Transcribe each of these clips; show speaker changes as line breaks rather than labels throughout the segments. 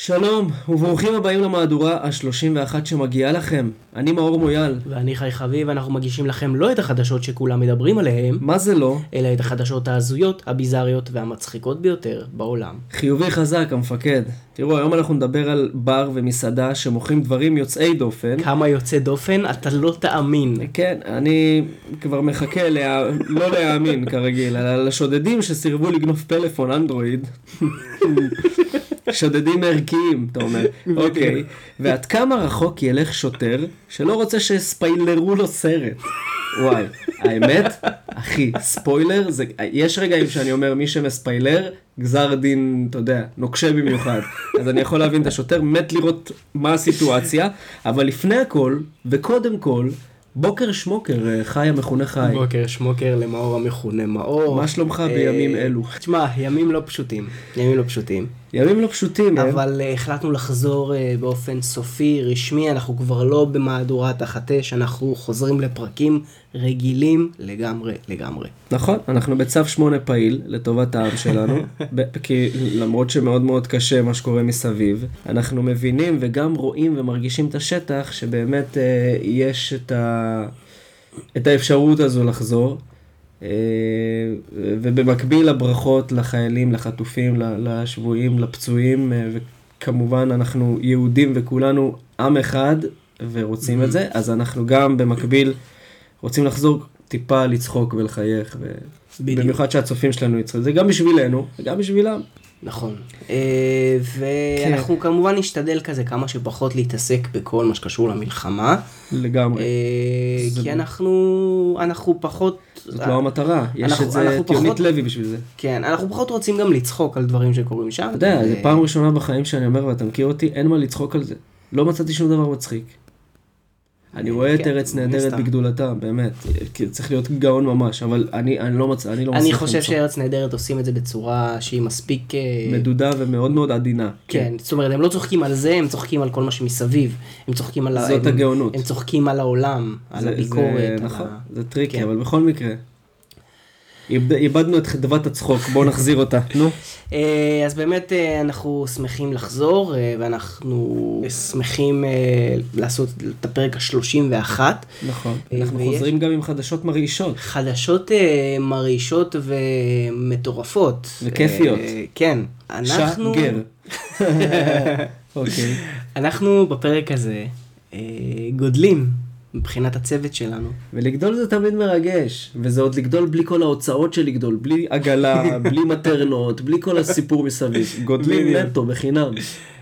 שלום, וברוכים הבאים למהדורה ה-31 שמגיעה לכם. אני מאור מויאל.
ואני חי חביב, אנחנו מגישים לכם לא את החדשות שכולם מדברים עליהן,
מה זה לא?
אלא את החדשות ההזויות, הביזאריות והמצחיקות ביותר בעולם.
חיובי חזק, המפקד. תראו, היום אנחנו נדבר על בר ומסעדה שמוכרים דברים יוצאי דופן.
כמה יוצא דופן, אתה לא תאמין.
כן, אני כבר מחכה לה... לא להאמין כרגיל, על השודדים שסירבו לגנוב פלאפון אנדרואיד. שודדים ערכיים, אתה אומר. אוקיי. ועד כמה רחוק ילך שוטר שלא רוצה שיספיילרו לו סרט? וואי, האמת, אחי, ספוילר, זה, יש רגעים שאני אומר מי שמספיילר, גזר דין, אתה יודע, נוקשה במיוחד. אז אני יכול להבין את השוטר, מת לראות מה הסיטואציה, אבל לפני הכל, וקודם כל, בוקר שמוקר, אה, חי המכונה חי.
בוקר שמוקר למאור המכונה מאור.
מה שלומך
אה,
בימים אלו?
תשמע, ימים לא פשוטים. ימים לא פשוטים.
ימים לא פשוטים, אה?
אבל אה, החלטנו לחזור אה, באופן סופי, רשמי, אנחנו כבר לא במהדורה תחת אש, אנחנו חוזרים לפרקים רגילים לגמרי, לגמרי.
נכון, אנחנו בצו 8 פעיל לטובת העם שלנו, ב- כי למרות שמאוד מאוד קשה מה שקורה מסביב, אנחנו מבינים וגם רואים ומרגישים את השטח שבאמת אה, יש את, ה... את האפשרות הזו לחזור, אה, ובמקביל הברכות לחיילים, לחטופים, ל- לשבויים, לפצועים, אה, וכמובן אנחנו יהודים וכולנו עם אחד ורוצים את זה, אז אנחנו גם במקביל רוצים לחזור טיפה לצחוק ולחייך, ו...
בדיוק.
במיוחד שהצופים שלנו יצחקו, זה גם בשבילנו, וגם בשבילם.
נכון. אה,
כן.
ואנחנו כמובן נשתדל כזה כמה שפחות להתעסק בכל מה שקשור למלחמה.
לגמרי.
אה,
אוקיי. זה-
כי אנחנו, אנחנו פחות...
זאת לא המטרה, יש
אנחנו-
את זה
אנחנו
טיונית
פחות-
לוי בשביל זה.
כן, אנחנו פחות רוצים גם לצחוק על דברים שקורים שם.
אתה יודע, זו פעם ראשונה בחיים שאני אומר, ואתה מכיר אותי, אין מה לצחוק על זה. לא מצאתי שום דבר מצחיק. אני רואה את
כן,
ארץ
מן
נהדרת
הסתם.
בגדולתה, באמת. כי צריך להיות גאון ממש, אבל אני אני לא מצא, אני לא
אני
מצליח
חושב
למצוא.
שארץ נהדרת עושים את זה בצורה שהיא מספיק... אה,
מדודה ומאוד מאוד עדינה.
כן, זאת אומרת, הם לא צוחקים על זה, הם צוחקים על כל מה שמסביב. הם צוחקים על... ה-
זאת
הם-
הגאונות.
הם צוחקים על העולם, על
זה-
הביקורת.
זה
על
נכון,
ה-
זה טריקי,
כן.
אבל בכל מקרה. איבד- איבדנו את חדוות הצחוק, בואו נחזיר אותה. נו.
אה, אז באמת אה, אנחנו שמחים לחזור, אה, ואנחנו שמחים אה, לעשות את הפרק ה-31.
נכון.
אה,
אנחנו
ויש-
חוזרים גם עם חדשות מרעישות.
חדשות אה, מרעישות ומטורפות.
וכיפיות.
אה, כן. אנחנו,
שגר. אוקיי.
אנחנו בפרק הזה אה, גודלים מבחינת הצוות שלנו.
ולגדול זה תמיד מרגש, וזה עוד לגדול בלי כל ההוצאות של לגדול, בלי עגלה, בלי מטרנות, בלי כל הסיפור מסביב. גודלים
בדיוק.
נטו, בחינם.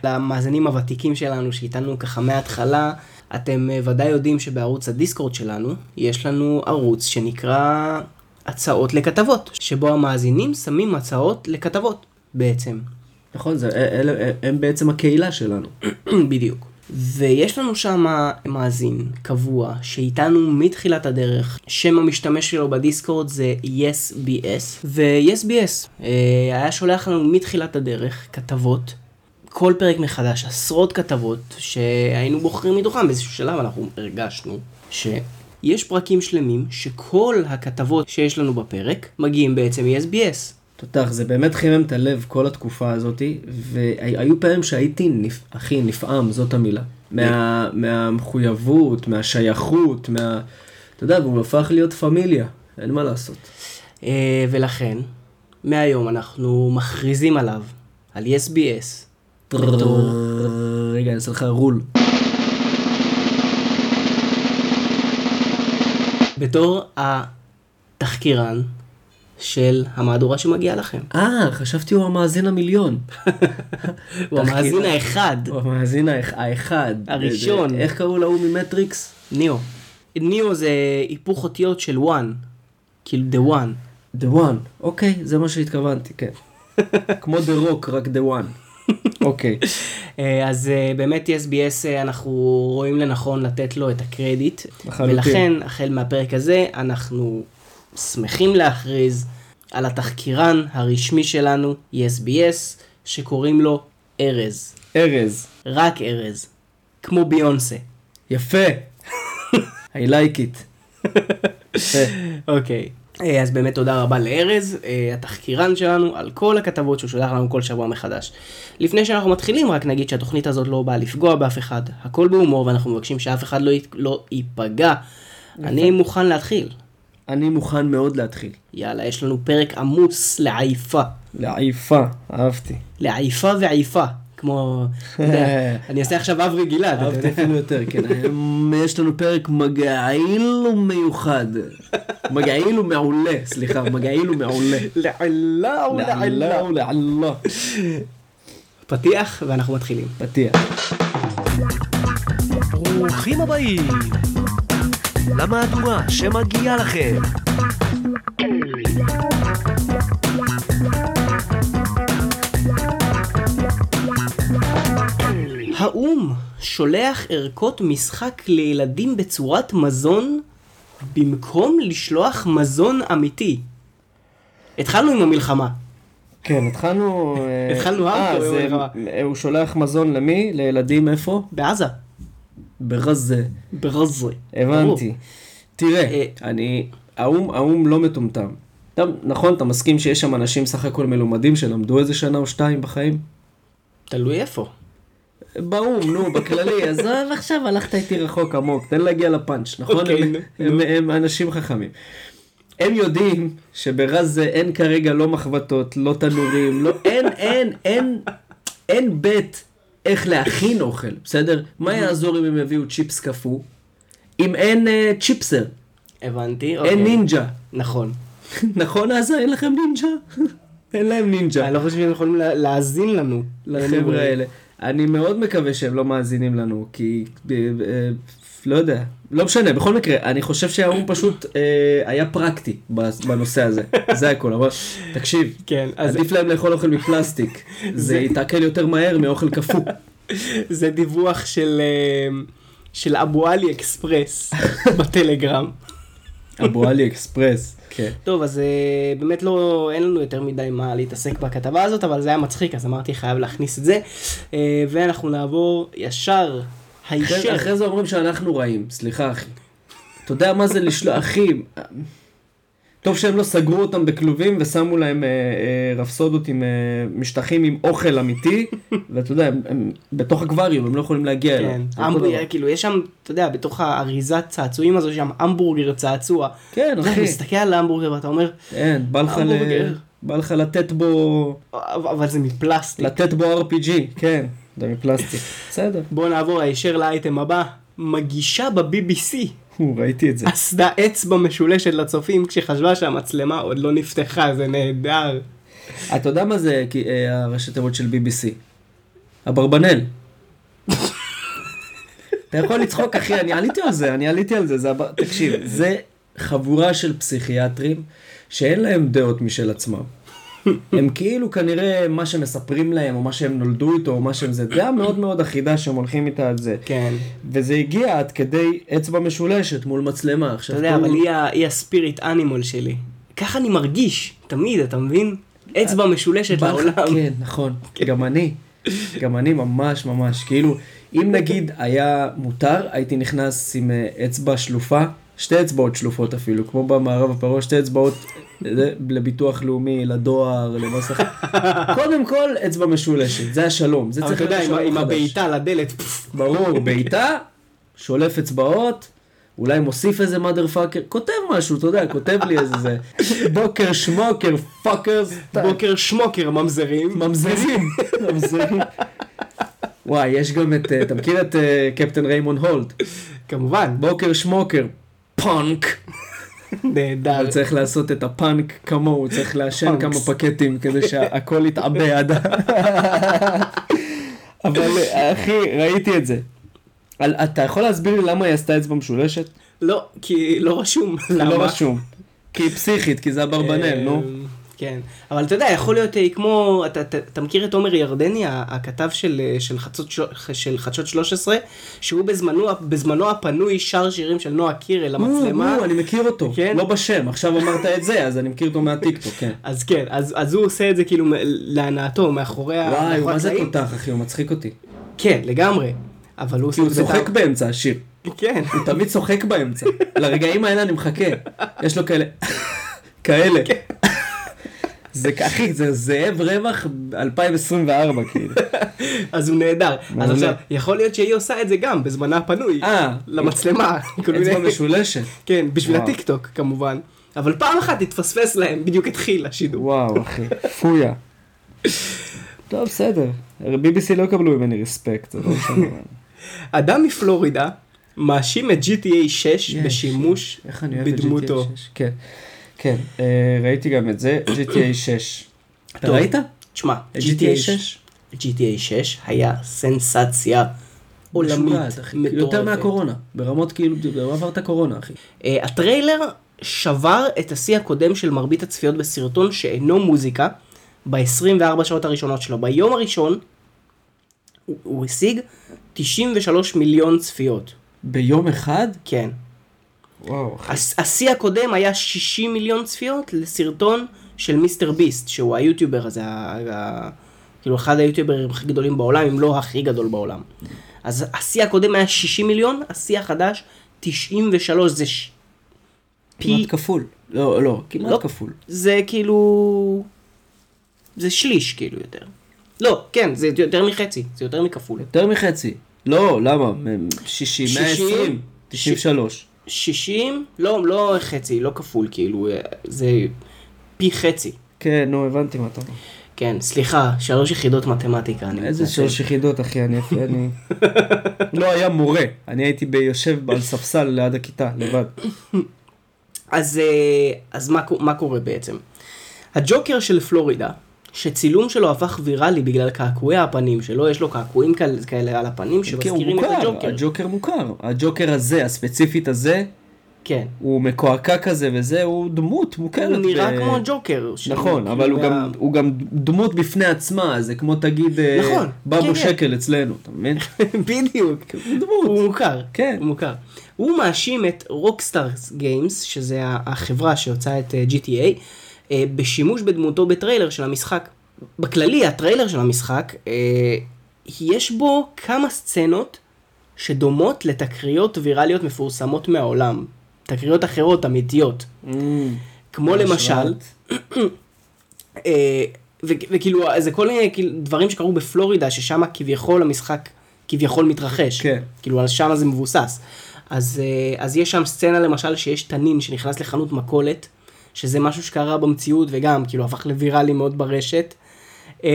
למאזינים הוותיקים שלנו שאיתנו ככה מההתחלה, אתם אה, ודאי יודעים שבערוץ הדיסקורד שלנו, יש לנו ערוץ שנקרא הצעות לכתבות, שבו המאזינים שמים הצעות לכתבות בעצם.
נכון, זה, אלה, הם בעצם הקהילה שלנו.
בדיוק. ויש לנו שם מאזין קבוע שאיתנו מתחילת הדרך, שם המשתמש שלו בדיסקורד זה YesBS, ו-YesBS אה, היה שולח לנו מתחילת הדרך כתבות, כל פרק מחדש עשרות כתבות שהיינו בוחרים מתוכם באיזשהו שלב אנחנו הרגשנו שיש פרקים שלמים שכל הכתבות שיש לנו בפרק מגיעים בעצם מ-YesBS.
תותח, זה באמת חימם את הלב כל התקופה הזאת, והיו פעמים שהייתי, נפ... אחי, נפעם, זאת המילה. מה... מהמחויבות, מהשייכות, מה... אתה יודע, והוא הפך להיות פמיליה, אין מה לעשות.
אה, ולכן, מהיום אנחנו מכריזים עליו, על YesBS. בתור-
רגע, אני אעשה לך רול.
בתור התחקירן של המהדורה שמגיעה לכם.
אה, חשבתי הוא המאזין המיליון.
הוא המאזין האחד,
הוא המאזין האח- האחד.
הראשון.
זה- אה, איך קראו להוא ממטריקס?
ניאו. ניאו זה היפוך אותיות של one, כאילו the one.
The one. אוקיי, זה מה שהתכוונתי, כן. כמו The Rock, רק The one. אוקיי.
אה, אז אה, באמת YesBS אה, אנחנו רואים לנכון לתת לו את הקרדיט.
לחלוטין.
ולכן, החל מהפרק הזה, אנחנו שמחים להכריז על התחקירן הרשמי שלנו, YesBS, שקוראים לו ארז.
ארז.
רק ארז. כמו ביונסה.
יפה. I like it. יפה.
אוקיי. אה, אז באמת תודה רבה לארז, אה, התחקירן שלנו, על כל הכתבות שהוא שולח לנו כל שבוע מחדש. לפני שאנחנו מתחילים, רק נגיד שהתוכנית הזאת לא באה לפגוע באף אחד, הכל בהומור ואנחנו מבקשים שאף אחד לא, י- לא ייפגע. אני מוכן להתחיל.
אני מוכן מאוד להתחיל.
יאללה, יש לנו פרק עמוס לעייפה.
לעייפה, אהבתי.
לעייפה ועייפה. כמו, אתה יודע, אני אעשה עכשיו אב רגילה. אתה
אהבתי
יודע.
אפילו יותר, כן. היום יש לנו פרק מגעיל ומיוחד. מגעיל ומעולה, סליחה, מגעיל ומעולה.
לעלה ולעלה.
לעלה ולעלה.
פתיח ואנחנו מתחילים.
פתיח.
ברוכים הבאים למהדורה שמגיעה לכם.
האו"ם שולח ערכות משחק לילדים בצורת מזון במקום לשלוח מזון אמיתי. התחלנו עם המלחמה.
כן, התחלנו... אה,
התחלנו
אה,
הארדקור,
זה-
יום
אה, הוא שולח מזון למי? לילדים איפה?
בעזה.
ברזה.
ברזה.
הבנתי. תראה,
אה,
אני... האו"ם, האו"ם לא מטומטם. אתה, נכון, אתה מסכים שיש שם אנשים סך הכל מלומדים שלמדו איזה שנה או שתיים בחיים?
תלוי איפה.
באו"ם, נו, בכללי, עזוב עכשיו, הלכת איתי רחוק עמוק, תן להגיע לפאנץ', נכון?
אוקיי,
הם-
נו,
הם- הם אנשים חכמים. הם יודעים שברזה אין כרגע לא מחבטות, לא תנורים, לא, אין, אין, אין, אין בית איך להכין אוכל, בסדר? מה
אוקיי.
יעזור אם הם יביאו צ'יפס קפוא? אם אין אה, צ'יפסר,
הבנתי. אוקיי.
אין נינג'ה.
נכון.
נכון עזה, אין לכם נינג'ה? אין להם נינג'ה.
אני לא חושב שהם יכולים לה- להאזין לנו.
לחבר'ה האלה. אני מאוד מקווה שהם לא מאזינים לנו, כי... אה, אה, לא יודע. לא משנה, בכל מקרה, אני חושב שהאו"ם פשוט אה, היה פרקטי בס- בנושא הזה. זה הכל, אבל תקשיב,
כן, אז
עדיף להם לאכול אוכל מפלסטיק. זה יתעכל יותר מהר מאוכל קפוא.
זה דיווח של, אה, של אבו עלי אקספרס בטלגרם.
אבו עלי אקספרס. כן.
טוב, אז אה, באמת לא, אין לנו יותר מדי מה להתעסק בכתבה הזאת, אבל זה היה מצחיק, אז אמרתי חייב להכניס את זה. אה, ואנחנו נעבור ישר, הישר.
אחרי- אחרי זה אומרים שאנחנו רעים. סליחה, אחי. אתה יודע מה זה לשלוח... אחי... טוב שהם לא סגרו אותם בכלובים ושמו להם אה, אה, רפסודות עם אה, משטחים עם אוכל אמיתי, ואתה יודע, הם, הם בתוך אקווריום, הם לא יכולים להגיע אליו.
כן,
זה אותו
המבורגר,
דבר.
כאילו יש שם, אתה יודע, בתוך האריזת צעצועים הזו, יש שם המבורגר צעצוע.
כן,
אתה
אחי.
מסתכל על ההמבורגר ואתה אומר,
אין, בא לך, ל...
המבורגר.
בא לך לתת בו,
"אבל- אבל זה מפלסטיק.
לתת בו RPG, כן, זה מפלסטיק. בסדר,
בואו נעבור הישר לאייטם הבא. מגישה ב-BBC
הו, ראיתי את זה.
עשתה אצבע משולשת לצופים כשחשבה שהמצלמה עוד לא נפתחה, זה נהדר.
אתה יודע מה זה כי, אה, הראשי תיבות של BBC? אברבנל. אתה יכול לצחוק, אחי, אני עליתי על זה, אני עליתי על זה, זה הבר- תקשיב, זה חבורה של פסיכיאטרים שאין להם דעות משל עצמם. הם כאילו כנראה מה שמספרים להם, או מה שהם נולדו איתו, או מה שהם זה, דעה מאוד מאוד אחידה שהם הולכים איתה על זה.
כן.
וזה הגיע עד כדי אצבע משולשת מול מצלמה.
אתה
עכשיו,
יודע,
כל-
אבל היא ה- היא הספיריט אנימול שלי. ככה אני מרגיש, תמיד, אתה מבין? אצבע משולשת
בא לך-
לעולם.
כן, נכון. גם אני. גם אני ממש ממש. כאילו, אם נגיד היה מותר, הייתי נכנס עם אה, אצבע שלופה, שתי אצבעות שלופות אפילו, כמו במערב הפרוע, שתי אצבעות אה, לביטוח לאומי, לדואר, למס הכנסה. קודם כל, אצבע משולשת, זה השלום. זה
אבל
צריך
אתה יודע,
להיות
עם ה-
השלום
עם
החדש.
הבעיטה לדלת, פפפ,
ברור, בעיטה, שולף אצבעות. אולי מוסיף איזה mother fucker, כותב משהו, אתה יודע, כותב לי איזה זה. בוקר שמוקר פאקרס.
בוקר שמוקר ממזרים.
ממזרים, ממזרים. וואי, יש גם את, אה, אתה מכיר את אה, קפטן ריימון הולד?
כמובן,
בוקר שמוקר, פאנק.
נהדר.
אבל צריך לעשות את הפאנק כמוהו, צריך לעשן
פאנקס.
כמה פקטים כדי שהכל יתעבה עד... ה- אבל אה, אחי, ראיתי את זה. על- אתה יכול להסביר לי למה היא עשתה אצבע משולשת?
לא, כי לא רשום. למה?
לא רשום. כי היא פסיכית, כי זה אברבנל, נו.
אה, כן, אבל אתה יודע, יכול להיות אה, כמו, אתה- אתה אתה מכיר את עומר ירדני, ה- הכתב של, אה, של חצות ש- של חדשות 13, שהוא בזמנו, בזמנו הפנוי שר שירים של נועה קירל למצלמה.
הוא, הוא, אני מכיר אותו,
כן.
לא בשם, עכשיו אמרת את זה, אז אני מכיר אותו מהטיקטוק, כן.
אז כן, אז, אז הוא עושה את זה כאילו מ- להנאתו, מאחורי ה-
וואי,
מאחורי
מה נכון, זה
הקלעים.
תותח, אחי, הוא מצחיק אותי.
כן, לגמרי. אבל הוא עושה
כי הוא
את זה...
כאילו צוחק באמצע השיר.
ב... כן.
הוא תמיד צוחק באמצע. לרגעים האלה אני מחכה. יש לו כאלה... כאלה. זה ככה, זה זאב רווח 2024 כאילו.
אז הוא נהדר. אז
מעולה.
עכשיו, יכול להיות שהיא עושה את זה גם בזמנה הפנוי.
אה,
למצלמה. כל מיני-
אצבע משולשת.
כן, בשביל
וואו.
הטיקטוק כמובן. אבל פעם אחת התפספס להם, בדיוק התחיל השידור.
וואו, אחי, פויה. טוב, בסדר. BBC לא יקבלו ממני רספקט, זה לא משנה.
אדם מפלורידה מאשים את GTA 6
יש.
בשימוש
איך אני אוהב את
בדמותו.
GTA 6. כן, כן, אה, ראיתי גם את זה, GTA 6. אתה
טוב.
ראית?
תשמע,
GTA 6?
GTA 6 היה סנסציה עולמית
משוגעת, אחי.
מטורפת.
יותר מהקורונה, ברמות כאילו, ברמה עברת קורונה, אחי.
אה, הטריילר שבר את השיא הקודם של מרבית הצפיות בסרטון שאינו מוזיקה ב-24 שעות הראשונות שלו. ביום הראשון הוא, הוא השיג 93 מיליון צפיות.
ביום אחד?
כן.
וואו, אחי.
הש- השיא הקודם היה 60 מיליון צפיות לסרטון של מיסטר ביסט, שהוא היוטיובר הזה, ה- ה- כאילו אחד היוטיוברים הכי גדולים בעולם, אם לא הכי גדול בעולם. אז השיא הקודם היה 60 מיליון, השיא החדש 93, זה ש... פי...
כמעט כפול. לא, לא,
לא.
כמעט כפול.
זה כאילו... זה שליש כאילו יותר. לא, כן, זה יותר מחצי, זה יותר מכפול.
יותר מחצי. לא, למה? מ- 60,
60?
120, 93.
60, לא, לא חצי, לא כפול, כאילו, אה, זה פי חצי.
כן, נו, הבנתי מה אתה אומר.
כן, סליחה, שלוש יחידות מתמטיקה. אני
איזה
מתנצל.
שלוש יחידות, אחי, אני... אני... לא היה מורה. אני הייתי ביושב על ספסל ליד הכיתה, לבד.
אז, אה, אז מה, קו- מה קורה בעצם? הג'וקר של פלורידה, שצילום שלו הפך ויראלי בגלל קעקועי הפנים שלו, יש לו קעקועים כאל- כאלה על הפנים
כי כן, הוא
שמזכירים את
מוכר,
הג'וקר.
הג'וקר מוכר. הג'וקר הזה, הספציפית הזה,
כן.
הוא מקועקע כזה וזה, הוא דמות מוכרת.
הוא נראה
ב-
כמו הג'וקר. שהוא
נכון, אבל הוא
כאילו
גם- הוא גם דמות בפני עצמה, זה כמו תגיד אה,
נכון, כן,
בבו
כן.
שקל אצלנו, אתה מבין?
בדיוק. הוא מוכר.
כן.
הוא מוכר. הוא מאשים את רוקסטארס גיימס, שזה ה- החברה שהוצאה את אה, GTA, אה, בשימוש בדמותו בטריילר של המשחק. בכללי, הטריילר של המשחק, אה, יש בו כמה סצנות שדומות לתקריות ויראליות מפורסמות מהעולם. תקריות אחרות, אמיתיות. כמו למשל, אה, ו- וכאילו, זה כל מיני כאילו, דברים שקרו בפלורידה, ששם כביכול המשחק כביכול מתרחש.
כן.
כאילו, על שם זה מבוסס. אז, אה, אז יש שם סצנה למשל שיש תנין שנכנס לחנות מכולת, שזה משהו שקרה במציאות וגם כאילו הפך לוויראלי מאוד ברשת. אה,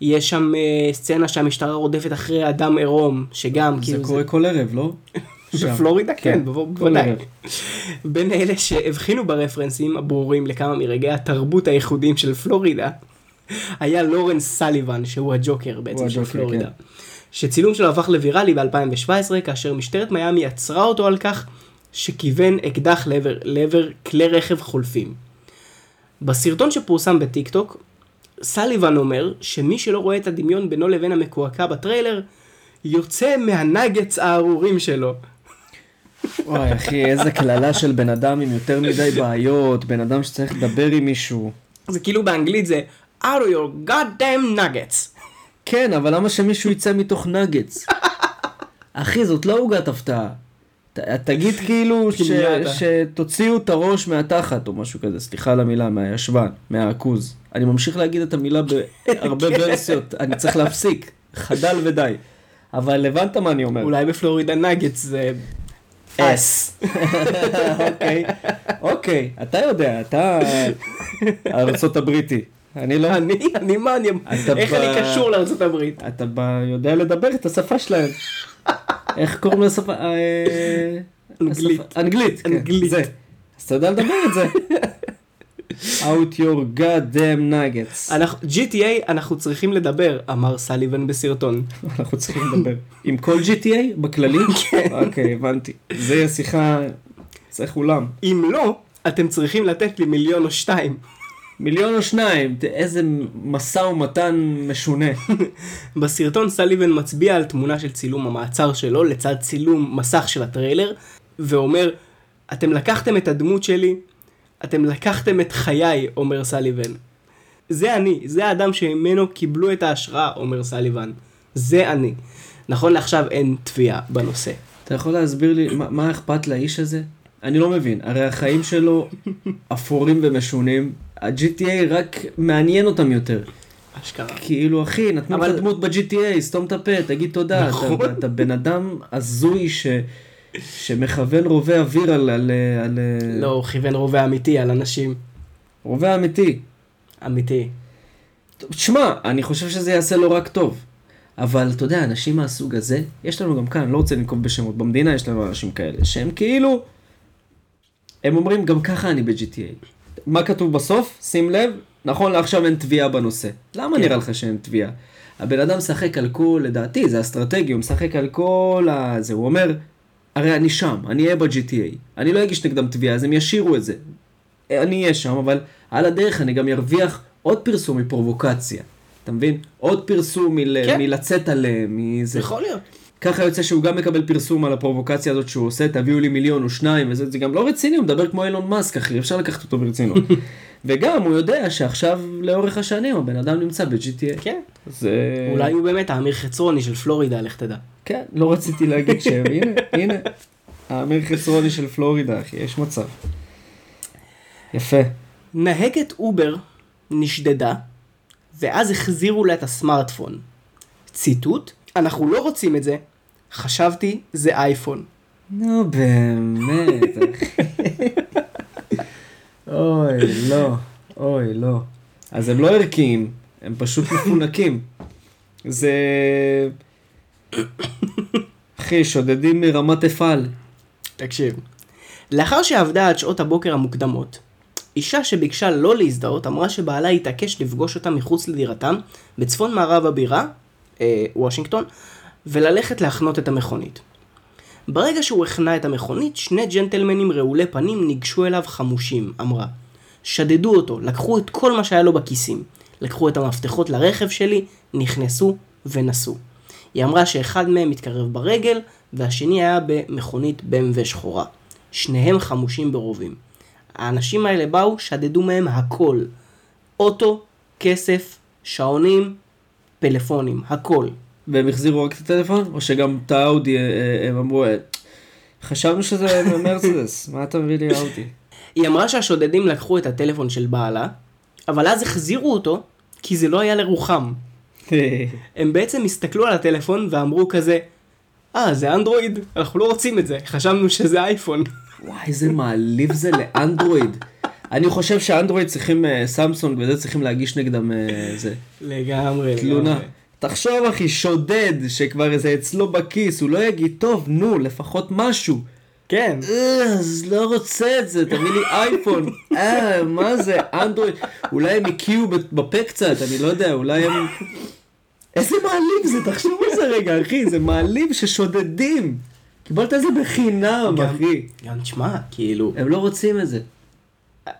יש שם אה, סצנה שהמשטרה רודפת אחרי אדם עירום, שגם
זה
כאילו...
קורה כל ערב, לא? שם.
בפלורידה כן,
כן,
בוודאי.
כל ערב.
בין אלה שהבחינו ברפרנסים הברורים לכמה מרגעי התרבות הייחודיים של פלורידה, היה לורנס סליבן, שהוא הג'וקר בעצם
הוא
של
הג'וקר, כן.
פלורידה. שצילום שלו הפך לוויראלי ב-2017, כאשר משטרת מיאמי עצרה אותו על כך שכיוון אקדח לעבר, לעבר כלי רכב חולפים. בסרטון שפורסם בטיקטוק, סליבן אומר שמי שלא רואה את הדמיון בינו לבין המקועקע בטריילר, יוצא מהנגץ הארורים שלו.
וואי, אחי, איזה קללה של בן אדם עם יותר מדי בעיות, בן אדם שצריך לדבר עם מישהו.
זה כאילו באנגלית זה out of your goddamn nuggets.
כן, אבל למה שמישהו יצא מתוך נגץ? אחי, זאת לא עוגת הפתעה. ת, תגיד כאילו ש,
תמנע אתה.
שתוציאו את הראש מהתחת או משהו כזה, סליחה על המילה, מהישבן, מהעכוז. אני ממשיך להגיד את המילה
כן.
בהרבה ורסיות, אני צריך להפסיק, חדל ודי. אבל הבנת מה אני אומר.
אולי בפלורידה nuggets זה אס.
אוקיי, אוקיי, אתה יודע, אתה הארצות הבריטי. אני לא...
אני, אני מה, אני,
אתה
איך
ב-
אני קשור לארצות הברית?
אתה ב- יודע לדבר את השפה שלהם. איך קוראים לשפה? אה,
אנגלית.
השפה- אנגלית, כן.
אנגלית.
זה. אז אתה יודע לדבר את זה. Out your goddamn nuggets.
אנחנו, GTA אנחנו צריכים לדבר, אמר סליבן בסרטון.
אנחנו צריכים לדבר. עם כל GTA בכללי? כן. אוקיי, הבנתי. זה יהיה שיחה, צריך אולם.
אם לא, אתם צריכים לתת לי מיליון או שתיים.
מיליון או שניים, ת- איזה משא ומתן משונה.
בסרטון סליבן מצביע על תמונה של צילום המעצר שלו לצד צילום מסך של הטריילר, ואומר, אתם לקחתם את הדמות שלי, אתם לקחתם את חיי, אומר סליבן. זה אני, זה האדם שממנו קיבלו את ההשראה, אומר סליבן. זה אני. נכון לעכשיו אין תביעה בנושא.
אתה יכול להסביר לי מה- מה אכפת לאיש הזה? אני לא מבין, הרי החיים שלו אפורים ומשונים, ה-GTA רק מעניין אותם יותר.
אשכרה.
כאילו אחי, נתנו לך
אבל-
דמות ב-GTA, סתום את הפה, תגיד תודה.
נכון.
אתה, אתה בן אדם הזוי ש, שמכוון רובה אוויר על... על, על
לא, הוא כיוון רובה אמיתי על אנשים.
רובה אמיתי.
אמיתי.
תשמע, אני חושב שזה יעשה לו רק טוב. אבל אתה יודע, אנשים מהסוג הזה, יש לנו גם כאן, אני לא רוצה לנקוב בשמות, במדינה יש לנו אנשים כאלה, שהם כאילו... הם אומרים, גם ככה אני ב-GTA. מה כתוב בסוף? שים לב, נכון לעכשיו אין תביעה בנושא. למה
כן.
נראה לך שאין תביעה? הבן אדם משחק על כל, לדעתי, זה אסטרטגי, הוא משחק על כל ה... זה, הוא אומר, הרי אני שם, אני אהיה ב-GTA. אני לא אגיש נגדם תביעה, אז הם ישירו את זה. אני אהיה שם, אבל על הדרך אני גם ארוויח עוד פרסום מפרובוקציה. אתה מבין? עוד פרסום מל...
כן. נכון.
מלצאת עליהם, מזה.
יכול להיות.
ככה יוצא שהוא גם מקבל פרסום על הפרובוקציה הזאת שהוא עושה, תביאו לי מיליון או שניים, וזה זה גם לא רציני, הוא מדבר כמו אילון מאסק, אחי, אי אפשר לקחת אותו ברצינות. וגם הוא יודע שעכשיו, לאורך השנים, הבן אדם נמצא ב-GTA.
כן.
זה...
אולי הוא באמת האמיר חצרוני של פלורידה, לך תדע.
כן, לא רציתי להגיד שם, הנה, הנה. האמיר חצרוני של פלורידה, אחי, יש מצב. יפה.
נהגת אובר נשדדה, ואז החזירו לה את הסמארטפון. ציטוט, אנחנו לא רוצים את זה, חשבתי זה אייפון.
נו באמת, אחי. אוי, לא. אוי, לא. אז הם לא ערכיים, הם פשוט מפונקים. זה... אחי, שודדים מרמת אפעל.
תקשיב. לאחר שעבדה עד שעות הבוקר המוקדמות, אישה שביקשה לא להזדהות אמרה שבעלה התעקש לפגוש אותה מחוץ לדירתם, בצפון מערב הבירה, אה, וושינגטון, וללכת להחנות את המכונית. ברגע שהוא החנה את המכונית, שני ג'נטלמנים רעולי פנים ניגשו אליו חמושים, אמרה. שדדו אותו, לקחו את כל מה שהיה לו בכיסים. לקחו את המפתחות לרכב שלי, נכנסו ונסעו. היא אמרה שאחד מהם התקרב ברגל, והשני היה במכונית BMW שחורה. שניהם חמושים ברובים. האנשים האלה באו, שדדו מהם הכל. אוטו, כסף, שעונים, פלאפונים, הכל.
והם החזירו רק את הטלפון? או שגם את האאודי, אה, אה, הם אמרו, אה, חשבנו שזה מרצדס, מה אתה מביא לי אאודי?
היא אמרה שהשודדים לקחו את הטלפון של בעלה, אבל אז החזירו אותו, כי זה לא היה לרוחם. הם בעצם הסתכלו על הטלפון ואמרו כזה, אה, זה אנדרואיד? אנחנו לא רוצים את זה, חשבנו שזה אייפון.
וואי, איזה מעליב זה לאנדרואיד. אני חושב שאנדרואיד צריכים, אה, סמסונג וזה צריכים להגיש נגדם אה, זה.
לגמרי,
תלונה.
לגמרי.
תחשוב אחי, שודד שכבר זה אצלו בכיס, הוא לא יגיד, טוב, נו, לפחות משהו.
כן.
אה, אז לא רוצה את זה, תביא לי אייפון. אה, מה זה, אנדרואיד. אולי הם הכירו בפה קצת, אני לא יודע, אולי הם... איזה מעליב זה, תחשוב על זה רגע, אחי, זה מעליב ששודדים. קיבלת את זה בחינם,
גם-
אחי.
גם תשמע, כאילו, אה,
הם לא רוצים את זה.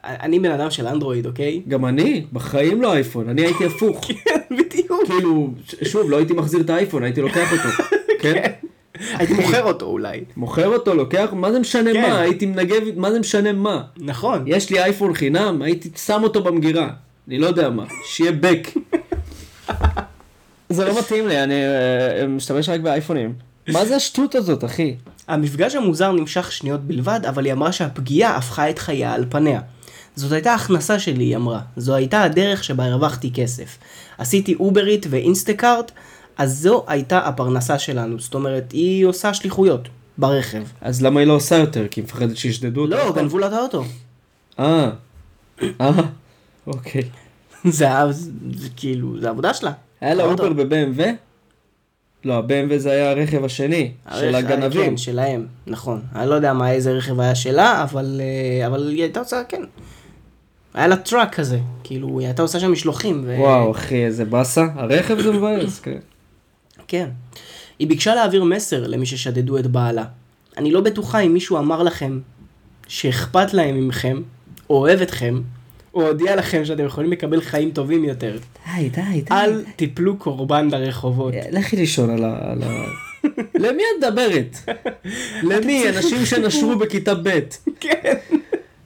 אני בן אדם של אנדרואיד, אוקיי?
גם אני, בחיים לא אייפון, אני הייתי הפוך.
בדיוק.
כאילו, ש- שוב, לא הייתי מחזיר את האייפון, הייתי לוקח אותו. כן?
הייתי מוכר אותו אולי.
מוכר אותו, לוקח, מה זה משנה
כן.
מה, הייתי מנגב, מה זה משנה מה.
נכון.
יש לי אייפון חינם, הייתי שם אותו במגירה. אני לא יודע מה, שיהיה בק. זה לא מתאים לי, אני אה, משתמש רק באייפונים. מה זה השטות הזאת, אחי?
המפגש המוזר נמשך שניות בלבד, אבל היא אמרה שהפגיעה הפכה את חייה על פניה. זאת הייתה הכנסה שלי, היא אמרה. זו הייתה הדרך שבה הרווחתי כסף. עשיתי אוברית ואינסטקארט, אז זו הייתה הפרנסה שלנו. זאת אומרת, היא עושה שליחויות. ברכב.
אז למה היא לא עושה יותר? כי היא מפחדת שישדדו אותה?
לא, גנבו לה את האוטו.
אה. אה. אוקיי.
זה היה, זה- זה כאילו, זה העבודה שלה.
היה לה
האוטו.
אובר ב-BMW? לא, ה-BMW זה היה הרכב השני, של
הרכב-
הגנבים.
כן, שלהם, נכון. אני לא יודע מה איזה רכב היה שלה, אבל, אה, אבל היא הייתה עושה, כן. היה לה טראק כזה, כאילו, היא הייתה עושה שם משלוחים. ו...
וואו, אחי, איזה באסה. הרכב זה מבאס, כן.
כן. היא ביקשה להעביר מסר למי ששדדו את בעלה. אני לא בטוחה אם מישהו אמר לכם שאכפת להם ממכם, או אוהב אתכם, או הודיע לכם שאתם יכולים לקבל חיים טובים יותר.
די, די, די.
אל תיפלו קורבן לרחובות.
אה, לכי לישון על ה... על ה- למי את מדברת? למי? אנשים שנשרו בכיתה ב'.
כן.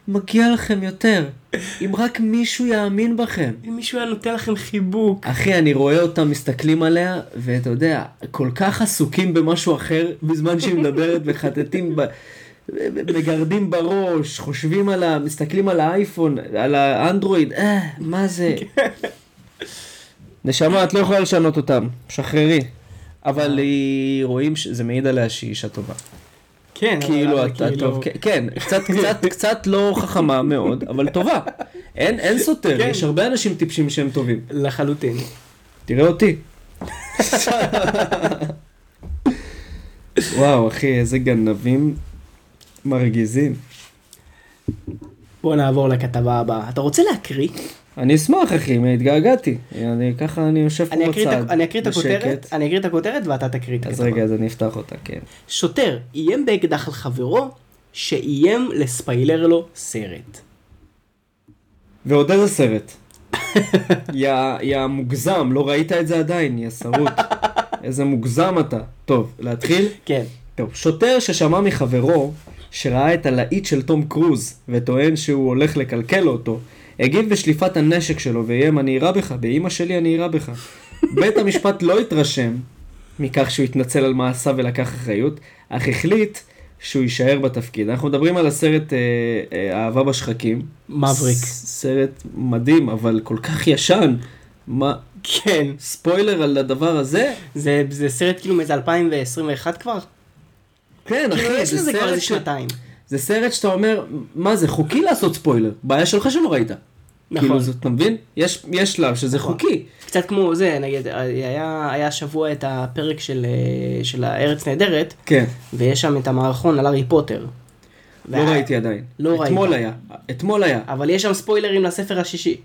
מגיע לכם יותר. אם רק מישהו יאמין בכם.
אם מישהו היה נותן לכם חיבוק.
אחי, אני רואה אותם מסתכלים עליה, ואתה יודע, כל כך עסוקים במשהו אחר בזמן שהיא מדברת וחטטים ב... מגרדים בראש, חושבים על ה... מסתכלים על האייפון, על האנדרואיד, אה, מה זה? נשמה, את לא יכולה לשנות אותם, שחררי. אבל היא- רואים שזה מעיד עליה שהיא אישה טובה.
כן, אבל
כאילו,
אבל
את את טוב, כן, כן, קצת, קצת, קצת לא חכמה מאוד, אבל טובה. אין, אין סותר,
כן.
יש הרבה אנשים טיפשים שהם טובים.
לחלוטין.
תראה אותי. וואו, אחי, איזה גנבים מרגיזים.
בוא נעבור לכתבה הבאה. אתה רוצה להקריא?
אני אשמח, אחי, מה, התגעגעתי. אני ככה, אני יושב פה
אני אקריא את
בצד,
הכ- אני אקריא את הכותרת,
בשקט.
אני אקריא את הכותרת ואתה תקריא את
אז
הכתבה.
רגע, אז אני אפתח אותה, כן.
שוטר איים באקדח על חברו, שאיים לספיילר לו סרט.
ועוד איזה סרט. יא יא מוגזם, לא ראית את זה עדיין, יא שרוט. איזה מוגזם אתה. טוב, להתחיל?
כן.
טוב, שוטר ששמע מחברו שראה את הלהיט של תום קרוז וטוען שהוא הולך לקלקל אותו, הגיב בשליפת הנשק שלו ואיים אני אירה בך, באימא שלי אני אירה בך. בית המשפט לא התרשם מכך שהוא התנצל על מעשיו ולקח אחריות, אך החליט שהוא יישאר בתפקיד. אנחנו מדברים על הסרט אה, אה, אהבה בשחקים.
מבריק.
ס- סרט מדהים, אבל כל כך ישן. מה,
כן.
ספוילר על הדבר הזה?
זה זה סרט כאילו מאיזה 2021 כבר?
כן,
כאילו
אחי,
יש
זה
לזה כבר
סרט
איזה
ש-
שנתיים.
זה סרט שאתה אומר, מה זה, חוקי לעשות ספוילר. בעיה שלך שלא ראית.
נכון.
כאילו, זה- אתה מבין? יש יש שלב שזה
נכון.
חוקי.
קצת כמו זה, נגיד, אה, היה היה השבוע את הפרק של, אה, של הארץ נהדרת,
כן.
ויש שם את המערכון על הארי פוטר.
לא ראיתי עדיין.
לא ראית.
אתמול היה. אתמול היה.
אבל יש שם ספוילרים לספר השישי.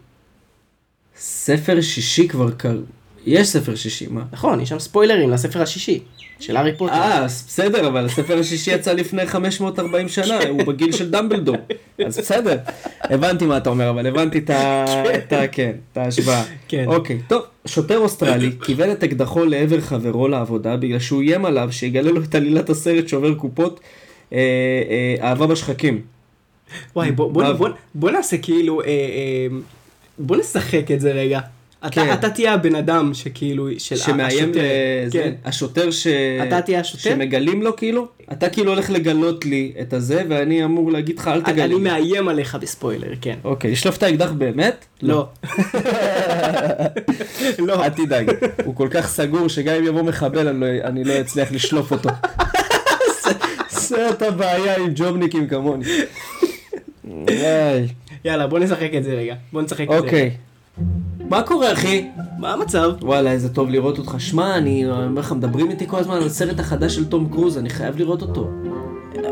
ספר שישי כבר קר... יש ספר שישי, מה?
נכון, יש שם ספוילרים לספר השישי, של הארי פוטר.
אה, אז בסדר, אבל הספר השישי יצא לפני 540
כן.
שנה, הוא בגיל של דמבלדור. אז בסדר. הבנתי מה אתה אומר, אבל הבנתי את ה... את ה... כן, את ההשוואה.
כן.
אוקיי, טוב. שוטר אוסטרלי כיוון את אקדחו לעבר חברו לעבודה בגלל שהוא איים עליו שיגלה לו את עלילת הסרט שובר קופות אה, אה, אהבה בשחקים.
וואי, בוא, בוא,
מה-
בוא, בוא נעשה כאילו, אה, אה, בוא נשחק את זה רגע. אתה,
כן.
אתה תהיה הבן אדם שכאילו, של
שמאיים אה,
השוטר.
לזה,
כן.
השוטר ש...
אתה תהיה השוטר?
שמגלים לו כאילו, אתה כאילו הולך לגלות לי את הזה ואני אמור להגיד לך אל
אני
תגלה לי.
מאיים עליך בספוילר, כן.
אוקיי, לשלוף את האקדח באמת?
לא.
לא. אל תדאג, הוא כל כך סגור שגם אם יבוא מחבל אני לא- אני לא אצליח לשלוף אותו. זאת הבעיה עם ג'ובניקים כמוני. וואי.
יאללה, בוא נשחק את זה רגע. בוא נשחק את זה.
אוקיי. מה קורה אחי?
מה המצב?
וואלה איזה טוב לראות אותך. שמע, אני אומר לך, מדברים איתי כל הזמן על הסרט החדש של תום קרוז, אני חייב לראות אותו.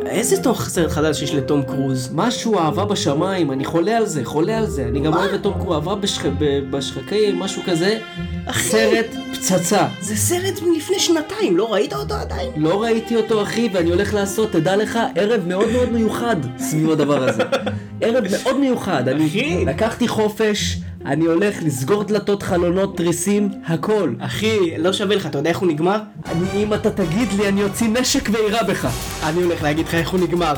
איזה תוך סרט חדש יש לתום קרוז?
משהו אהבה בשמיים, אני חולה על זה, חולה על זה. אני גם אוהב את תום קרוז, אהבה בשח- ב- בשחקי, משהו כזה. סרט פצצה.
זה סרט מלפני שנתיים, לא ראית אותו עדיין?
לא ראיתי אותו אחי, ואני הולך לעשות, תדע לך, ערב מאוד מאוד מיוחד סביב הדבר הזה. ערב מאוד מיוחד. אני
אחי.
לקחתי חופש, אני הולך לסגור דלתות, חלונות, תריסים, הכל.
אחי, לא שווה לך, אתה יודע איך הוא נגמר?
אני, אם אתה תגיד לי, אני אוציא נשק ואירה בך.
אני הולך להגיד לך איך הוא נגמר.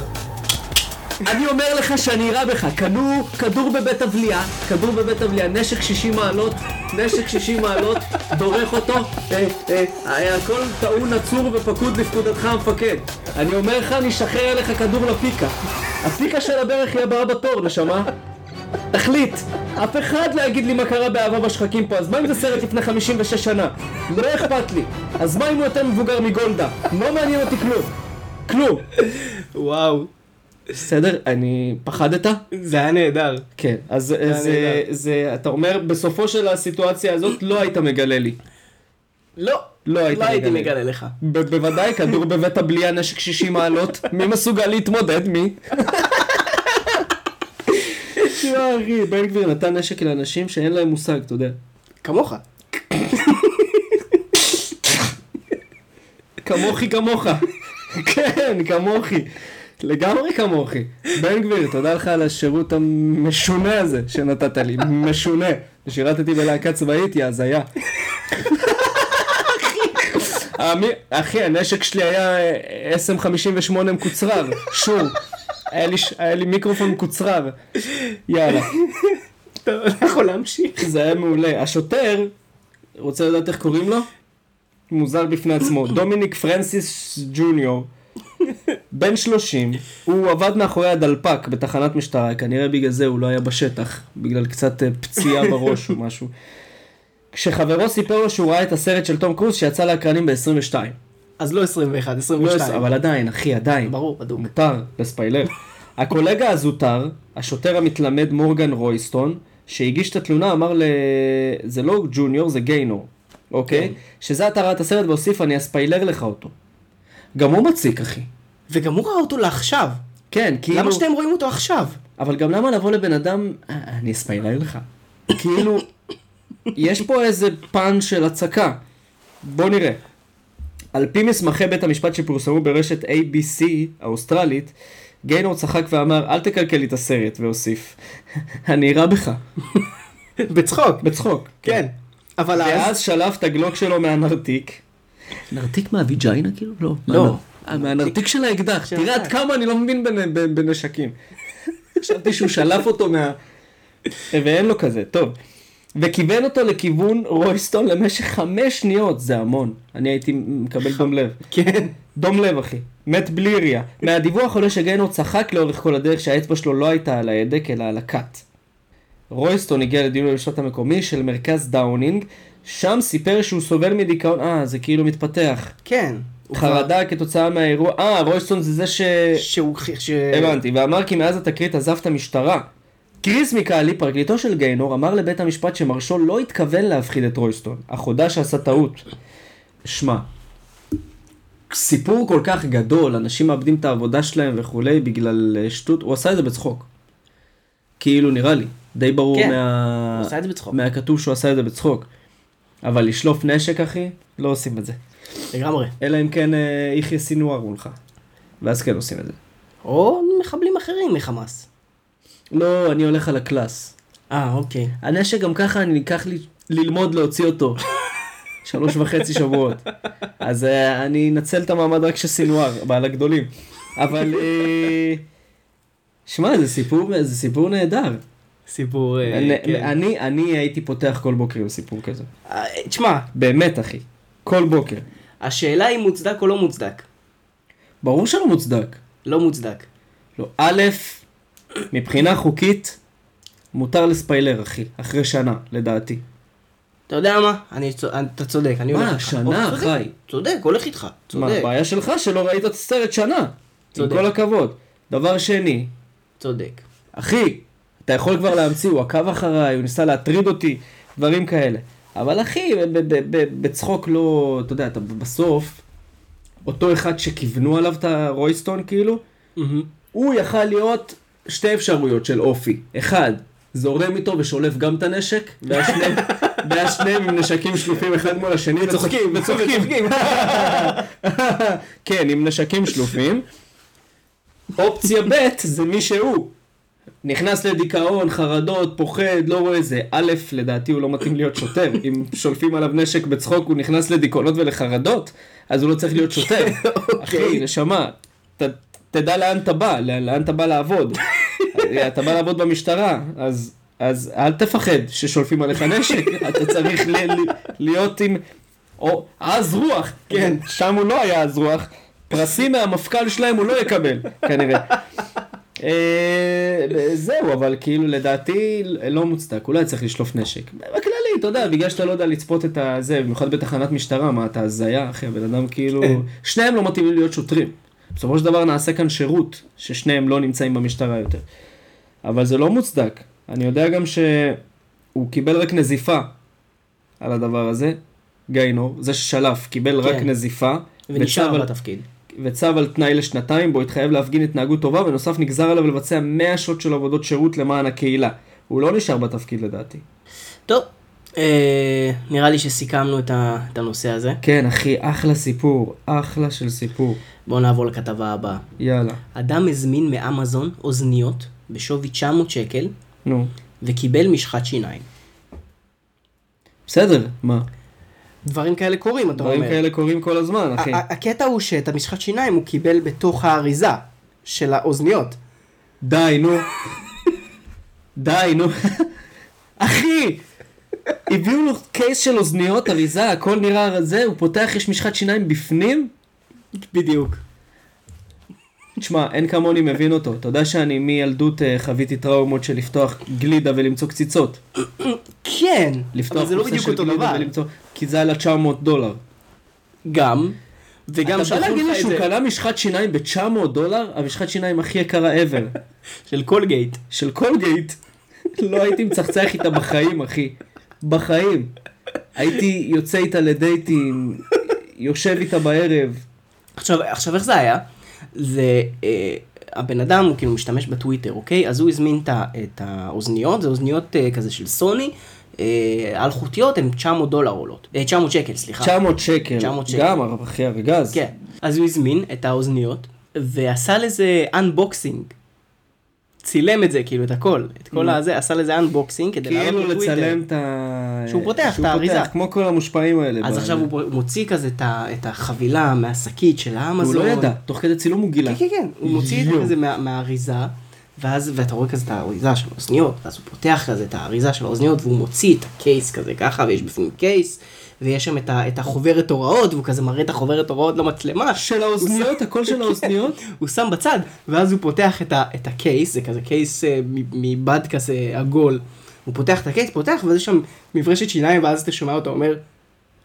אני אומר לך שאני אירה בך. קנו כדור בבית הבליעה, כדור בבית הבליעה, נשק 60 מעלות, נשק 60 מעלות, דורך אותו, אה, אה, אה, הכל טעון, עצור ופקוד לפקודתך המפקד. אני אומר לך, אני אשחרר אליך כדור לפיקה. הפיקה של הברך היא הבאה בתור, נשמה. תחליט, אף אחד לא יגיד לי מה קרה באהבה בשחקים פה, אז מה אם זה סרט לפני 56 שנה? לא אכפת לי. אז מה אם הוא יותר מבוגר מגולדה? לא מעניין אותי כלום. כלום.
וואו,
בסדר, אני... פחדת?
זה היה נהדר.
כן, אז זה,
נהדר.
זה, אתה אומר, בסופו של הסיטואציה הזאת לא היית מגלה לי.
לא,
לא היית
לא הייתי
מגלה.
מגלה לך.
ב- בוודאי, כדור בבית הבליעה, נשק 60 מעלות, מי מסוגל להתמודד? מי? תשמע, אחי, בן גביר נתן נשק לאנשים שאין להם מושג, אתה יודע.
כמוך.
כמוכי כמוך. כן, כמוכי. לגמרי כמוכי. בן גביר, תודה לך על השירות המשונה הזה שנתת לי. משונה. שירתתי בלהקה צבאית, יא הזיה. המי- אחי, הנשק שלי היה אה, SM58 מקוצרר, שור. היה לי ש- היה לי מיקרופון מקוצרר. יאללה.
אתה לא יכול להמשיך.
זה היה מעולה. השוטר, רוצה לדעת איך קוראים לו? מוזר בפני עצמו. דומיניק פרנסיס ג'וניור. בן 30, הוא עבד מאחורי הדלפק בתחנת משטרה, כנראה בגלל זה הוא לא היה בשטח, בגלל קצת אה, פציעה בראש או משהו. כשחברו סיפר לו שהוא ראה את הסרט של תום קרוז שיצא לאקרנים ב-22.
אז לא 21,
לא,
22.
אבל עדיין, אחי, עדיין.
ברור, בדוק.
מותר, בספיילר. הקולגה הזוטר, השוטר המתלמד מורגן רויסטון, שהגיש את התלונה, אמר ל... זה לא ג'וניור, זה גיינור, אוקיי? שזה אתה ראה את הסרט והוסיף, אני אספיילר לך אותו. גם הוא מציק, אחי.
וגם הוא ראה אותו לעכשיו.
כן, כאילו...
למה שאתם רואים אותו עכשיו?
אבל גם למה לבוא לבן אדם, "אה, אני אספיילר לך. כאילו, יש פה איזה פן של הצקה. בוא נראה. על פי מסמכי בית המשפט שפורסמו ברשת ABC האוסטרלית, גיינור צחק ואמר, אל תקלקל לי את הסרט, והוסיף, אני אירה בך,
בצחוק.
בצחוק.
כן. אבל אז...
ואז שלף את הגלוק שלו מהנרתיק. נרתיק מהוויג'יינה כאילו? לא.
לא.
מה- מהנרתיק של האקדח.
של
תראה עד
האקדח.
כמה אני לא מבין בנ- ב- בנשקים. חשבתי שהוא שלף אותו מה... ואין לו כזה, טוב. וכיוון אותו לכיוון רויסטון למשך חמש שניות, זה המון. אני הייתי מקבל דום לב.
כן.
דום לב אחי, מת בלי יריעה. מהדיווח עולה שגנו צחק לאורך כל הדרך שהאצבע שלו לא הייתה על ההדק אלא על הכת. רויסטון הגיע לדיון במשפט המקומי של מרכז דאונינג, שם סיפר שהוא סובל מדיכאון, אה זה כאילו מתפתח.
כן.
חרדה כתוצאה מהאירוע, אה רויסטון זה זה ש...
שהוא... ש-
הבנתי, ואמר כי מאז התקרית עזב את המשטרה. קריס מיקאלי, פרקליטו של גיינור, אמר לבית המשפט שמרשו לא התכוון להפחיד את רויסטון, אך הודה שעשה טעות. שמע, סיפור כל כך גדול, אנשים מאבדים את העבודה שלהם וכולי בגלל אה, שטות, הוא עשה את זה בצחוק. כאילו, נראה לי, די ברור
כן,
מה...
הוא עשה את זה בצחוק.
מהכתוב שהוא עשה את זה בצחוק. אבל לשלוף נשק, אחי, לא עושים את זה.
לגמרי.
אלא אם כן אה, יחיא סינואר מולך. ואז כן עושים את זה.
או מחבלים אחרים מחמאס.
לא, אני הולך על הקלאס.
אה, אוקיי.
הנשק גם ככה, אני אקח לי ללמוד להוציא אותו. שלוש וחצי שבועות. אז אה, אני אנצל את המעמד רק של סינואר, בעל הגדולים. אבל... אה, שמע, זה סיפור, זה סיפור נהדר.
סיפור... אה,
אני,
כן.
אני, אני הייתי פותח כל בוקר עם סיפור כזה.
אה, תשמע,
באמת, אחי. כל בוקר.
השאלה אם מוצדק או לא מוצדק.
ברור שלא מוצדק.
לא מוצדק.
לא, א', מבחינה חוקית, מותר לספיילר, אחי. אחרי שנה, לדעתי.
אתה יודע מה? אני, צו- אתה צודק, אני
מה,
הולך איתך.
שנה,
צודק,
חי.
צודק, הולך איתך.
מה,
צודק,
הבעיה שלך שלא ראית את הסרט שנה. עם
צודק.
כל הכבוד. דבר שני,
צודק.
אחי, אתה יכול כבר להמציא, הוא עקב אחריי, הוא ניסה להטריד אותי, דברים כאלה. אבל אחי, ב- ב- ב- בצחוק לא, אתה יודע, אתה בסוף, אותו אחד שכיוונו עליו את הרויסטון כאילו, הוא יכל להיות שתי אפשרויות של אופי. אחד, זורם איתו ושולף גם את הנשק, והשניהם- והשניהם עם נשקים שלופים אחד מול השני, וצוחקים, וצוחקים. כן, עם נשקים שלופים. אופציה ב' זה מי שהוא. נכנס לדיכאון, חרדות, פוחד, לא רואה זה. א', לדעתי הוא לא מתאים להיות שוטר. אם שולפים עליו נשק בצחוק, הוא נכנס לדיכאונות ולחרדות, אז הוא לא צריך להיות שוטר. אחי, נשמה, ת, תדע לאן אתה בא, לא- לאן אתה בא לעבוד. אה, אתה בא לעבוד במשטרה, אז, אז אל תפחד ששולפים עליך נשק. אתה צריך ל, ל, להיות עם... או עז רוח, כן, שם הוא לא היה עז רוח. פרסים מהמפכ"ל שלהם הוא לא יקבל, כנראה. אה, זהו, אבל כאילו לדעתי לא מוצדק, אולי צריך לשלוף נשק. בכללי, אתה יודע, בגלל שאתה לא יודע לצפות את הזה, במיוחד בתחנת משטרה, מה אתה הזיה, אחי, הבן אדם כאילו...
כן.
שניהם לא מתאימים להיות שוטרים. בסופו של דבר נעשה כאן שירות, ששניהם לא נמצאים במשטרה יותר. אבל זה לא מוצדק. אני יודע גם שהוא קיבל רק נזיפה על הדבר הזה, גיינור, זה ששלף, קיבל רק
כן.
נזיפה. וצו
ונשאר
על-
בתפקיד.
וצו על תנאי לשנתיים, בו התחייב להפגין התנהגות טובה, בנוסף נגזר עליו לבצע 100 שעות של עבודות שירות למען הקהילה. הוא לא נשאר בתפקיד לדעתי.
טוב, אה, נראה לי שסיכמנו את, ה, את הנושא הזה.
כן, אחי, אחלה סיפור, אחלה של סיפור.
בואו נעבור לכתבה הבאה.
יאללה,
אדם הזמין מאמזון אוזניות בשווי 900 שקל
נו.
וקיבל משחת שיניים.
בסדר, מה?
דברים כאלה קורים, אתה אומר. אה,
דברים כאלה כן. קורים כל הזמן, אחי.
ה- ה- הקטע הוא שאת המשחת שיניים הוא קיבל בתוך האריזה של האוזניות.
די, נו. די, נו. אחי! הביאו לו קייס של אוזניות, אריזה, הכל נראה רזה, הוא פותח, יש משחת שיניים בפנים?
בדיוק.
תשמע, אין כמוני מבין אותו. אתה יודע שאני מילדות אה, חוויתי טראומות של לפתוח גלידה ולמצוא קציצות.
כן,
לפתוח
אבל זה לא
קופסה
בדיוק
של
אותו
גלידה
דבר.
ולמצוא... כי זה עלה 900 דולר.
גם, וגם
אתה בא
שלחו
להגיד לי
לך את
שהוא
זה
קנה משחת שיניים ב-900 דולר? המשחת שיניים הכי יקרה ever.
של קולגייט.
של קולגייט. לא הייתי מצחצח איתה בחיים, אחי. בחיים. הייתי יוצא איתה לדייטים, יושב איתה בערב.
עכשיו, עכשיו איך זה היה? זה, אה, הבן אדם הוא כאילו משתמש בטוויטר, אוקיי? אז הוא הזמין את ה- את האוזניות, זה אוזניות אה, כזה של סוני, אה, אלחוטיות, הן 900 דולר עולות. אה, 900 שקל, סליחה.
900 שקל.
900 שקל.
גם, אחי ארגז.
כן. אז הוא הזמין את האוזניות, ועשה לזה אנבוקסינג. צילם את זה, כאילו, את הכל. את כל הזה, עשה לזה אנבוקסינג כדי לעלות
כאילו
בטוויטר.
לצלם את ה...
שהוא פותח
שהוא
את האריזה.
פותח, כמו כל המושפעים האלה.
אז
ב-
עכשיו הוא מוציא כזה את ה- את החבילה מהשקית של
הוא
האמזון.
לא ידע, תוך כדי צילום הוא גילה.
כן, כן, כן, הוא מוציא את
יואו.
זה כזה מה- מהאריזה, ואז, ואתה רואה כזה את האריזה של האוזניות, ואז הוא פותח כזה את האריזה של האוזניות, והוא מוציא את הקייס כזה ככה, ויש בפנים קייס, ויש שם את, ה, את החוברת הוראות, והוא כזה מראה את החוברת הוראות למצלמה,
של האוזניות, הכל
כן.
של האוזניות.
הוא שם בצד, ואז הוא פותח את, ה, את הקייס, זה כזה קייס אה, מ- מבד כזה עגול, הוא פותח את הקייס, פותח, ואז יש שם מברשת שיניים, ואז אתה שומע אותו אומר,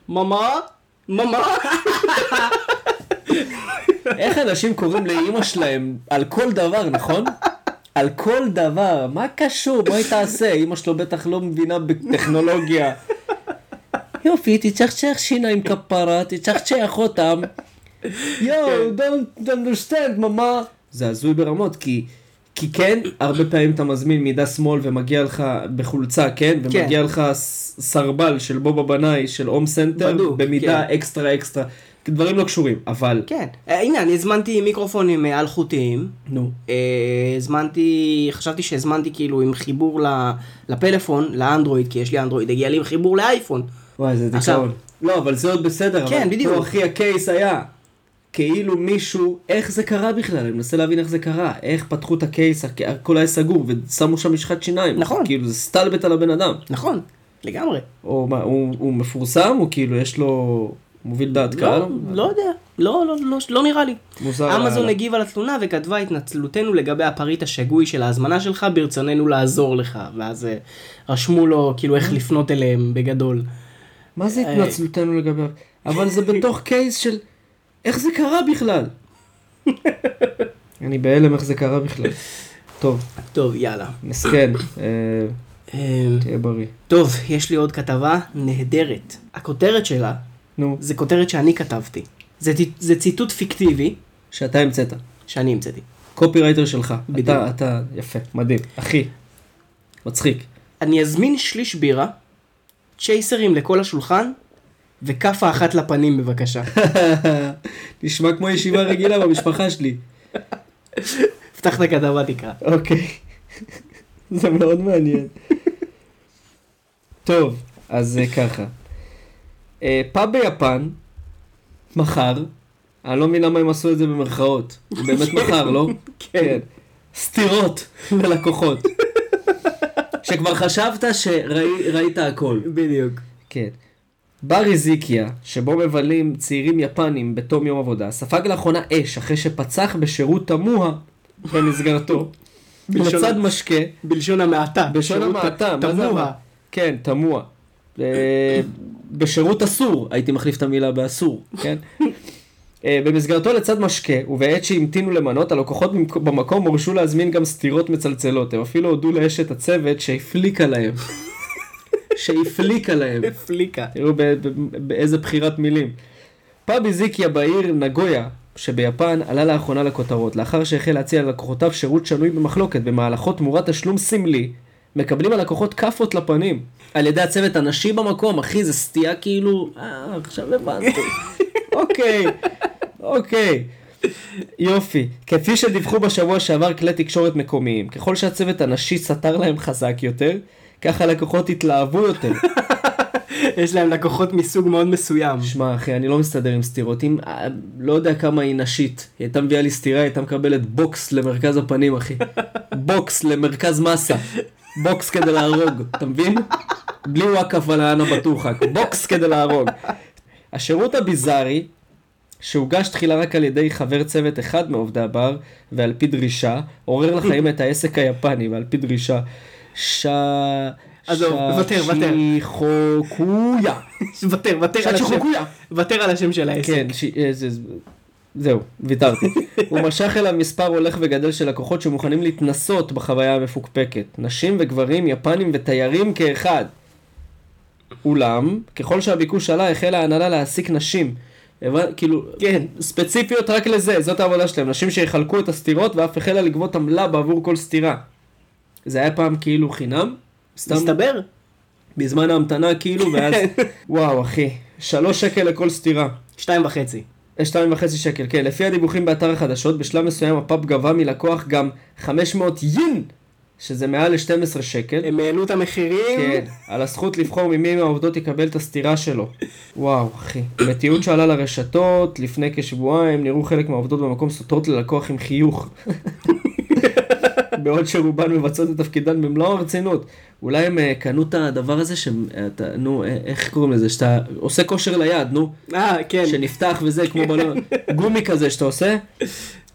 ממה? ממה?
כן. איך אנשים קוראים לאימא שלהם על כל דבר, נכון? על כל דבר, מה קשור? מה היא תעשה? אימא שלו בטח לא מבינה בטכנולוגיה. יופי, תצ'חצ'ח שיניים כפרה, תצ'חצ'ח אותם. יואו,
כן.
don't understand, ממה. זה הזוי ברמות, כי... כי כן, הרבה פעמים אתה מזמין מידה שמאל ומגיע לך בחולצה, כן?
כן.
ומגיע לך ס- סרבל של בובה בנאי, של הום סנטר,
בדוק,
במידה
כן.
אקסטרה אקסטרה. דברים לא קשורים, אבל...
כן, אה, הנה, אני הזמנתי מיקרופונים אה, אלחוטיים.
נו.
אה, הזמנתי, חשבתי שהזמנתי כאילו עם חיבור ל- לפלאפון, לאנדרואיד, כי יש לי אנדרואיד, הגיע לי עם חיבור לאייפון.
וואי, זה
עכשיו-
דיכאון. לא, אבל זה עוד בסדר.
כן,
אבל
בדיוק.
פה, אחי, הקייס היה. כאילו מישהו, איך זה קרה בכלל? אני מנסה להבין איך זה קרה. איך פתחו את הקייס, הכ- הכל היה סגור, ושמו שם משחת שיניים.
נכון.
כאילו, זה סטלבט על הבן אדם.
נכון, לגמרי.
או מה, הוא, הוא מפורסם, הוא כאילו, יש לו... הוא מוביל דעת קהל?
לא, לא יודע, לא, לא, לא, לא נראה לי.
מוזר. אה,
אמזון
לאללה.
הגיבה לתלונה וכתבה התנצלותנו לגבי הפריט השגוי של ההזמנה שלך, ברצוננו לעזור לך. ואז אה, רשמו לו כאילו איך לפנות אליהם בגדול.
מה זה
אה.
התנצלותנו לגביו? אבל זה בתוך קייס של... איך זה קרה בכלל? אני בהלם איך זה קרה בכלל. טוב,
טוב, יאללה.
מסכן, אה,
אה,
תהיה בריא.
טוב, יש לי עוד כתבה נהדרת. הכותרת שלה
נו.
זה כותרת שאני כתבתי. זה, ט- זה ציטוט פיקטיבי
שאתה המצאת.
שאני המצאתי.
קופירייטר שלך.
בדיוק.
אתה, אתה, יפה, מדהים. אחי, מצחיק.
אני אזמין שליש בירה, צ'ייסרים לכל השולחן, וכאפה אחת לפנים בבקשה.
נשמע כמו ישיבה רגילה במשפחה שלי.
פתח את הכתבה תקרא.
אוקיי. זה מאוד מעניין. טוב, אז זה ככה. אה, פאב ביפן, מחר, אני לא מבין למה הם עשו את זה במרכאות. זה באמת מחר, לא?
כן.
סתירות ללקוחות. שכבר חשבת שראית הכל.
בדיוק.
כן. בר איזיקיה, שבו מבלים צעירים יפנים בתום יום עבודה, ספג לאחרונה אש אחרי שפצח בשירות תמוה במסגרתו.
בלשון-
לצד משקה,
בלשון המעטה.
בלשון המעטה, מה זה
תמוה.
אמר? כן, תמוה. אה, בשירות אסור, הייתי מחליף את המילה באסור, כן? אה, במסגרתו לצד משקה, ובעת שהמתינו למנות, הלקוחות במק- במקום הורשו להזמין גם סטירות מצלצלות. הם אפילו הודו לאשת הצוות שהפליקה להם. שהפליקה להם.
הפליקה.
תראו ב- ב- באיזה בחירת מילים. פאבי זיקיה בעיר נגויה שביפן עלה לאחרונה לכותרות, לאחר שהחל להציע ללקוחותיו שירות שנוי במחלוקת במהלכו תמורת תשלום סמלי, מקבלים הלקוחות כאפות לפנים. על ידי הצוות הנשי במקום, אחי, זה סטייה כאילו... אה, עכשיו הבנתי. אוקיי, אוקיי. יופי. כפי שדיווחו בשבוע שעבר כלי תקשורת מקומיים, ככל שהצוות הנשי סתר להם חזק יותר, כך הלקוחות התלהבו יותר.
יש להם לקוחות מסוג מאוד מסוים.
שמע אחי, אני לא מסתדר עם סטירות, אם, אה, לא יודע כמה היא נשית, היא הייתה מביאה לי סטירה, היא הייתה מקבלת בוקס למרכז הפנים אחי, בוקס למרכז מסה, בוקס כדי להרוג, אתה מבין? בלי כאילו. וואקף על האנה בטוחק, בוקס כדי להרוג. השירות הביזארי שהוגש תחילה רק על ידי חבר צוות אחד מעובדי הבר, ועל פי דרישה, עורר לחיים את העסק היפני, ועל פי דרישה, ש...
עזוב, ותר, ותר.
שיחוקויה.
ותר, ותר על השם.
שחוקויה.
ותר על השם של העסק.
כן, ש... אה, זה- זה- זהו, ויתרתי. הוא משך אליו מספר הולך וגדל של לקוחות שמוכנים להתנסות בחוויה המפוקפקת. נשים וגברים, יפנים ותיירים כאחד. אולם, ככל שהביקוש עלה, החלה ההנהלה להעסיק נשים. הבנ- כאילו,
כן.
ספציפיות רק לזה, זאת העבודה שלהם. נשים שיחלקו את הסטירות ואף החלה לגבות עמלה בעבור כל סטירה. זה היה פעם כאילו חינם? סתם
מסתבר?
בזמן ההמתנה כאילו, ואז... וואו, אחי. שלוש שקל לכל סטירה.
שתיים וחצי.
שתיים וחצי שקל, כן. לפי הדיווחים באתר החדשות, בשלב מסוים הפאב גבה מלקוח גם 500 יין, שזה מעל ל-12 שקל.
הם העלו את המחירים.
כן, על הזכות לבחור ממי מהעובדות יקבל את הסטירה שלו. וואו, אחי. בתיעוד שעלה לרשתות, לפני כשבועיים, נראו חלק מהעובדות במקום סוטרות ללקוח עם חיוך. בעוד שרובן מבצעות את תפקידן במלוא הרצינות. אולי הם אה, קנו את הדבר הזה שהם, אה, אתה- נו, אה, איך קוראים לזה? שאתה עושה כושר ליד, נו.
אה, כן.
שנפתח וזה, כמו בלון, גומי כזה שאתה עושה,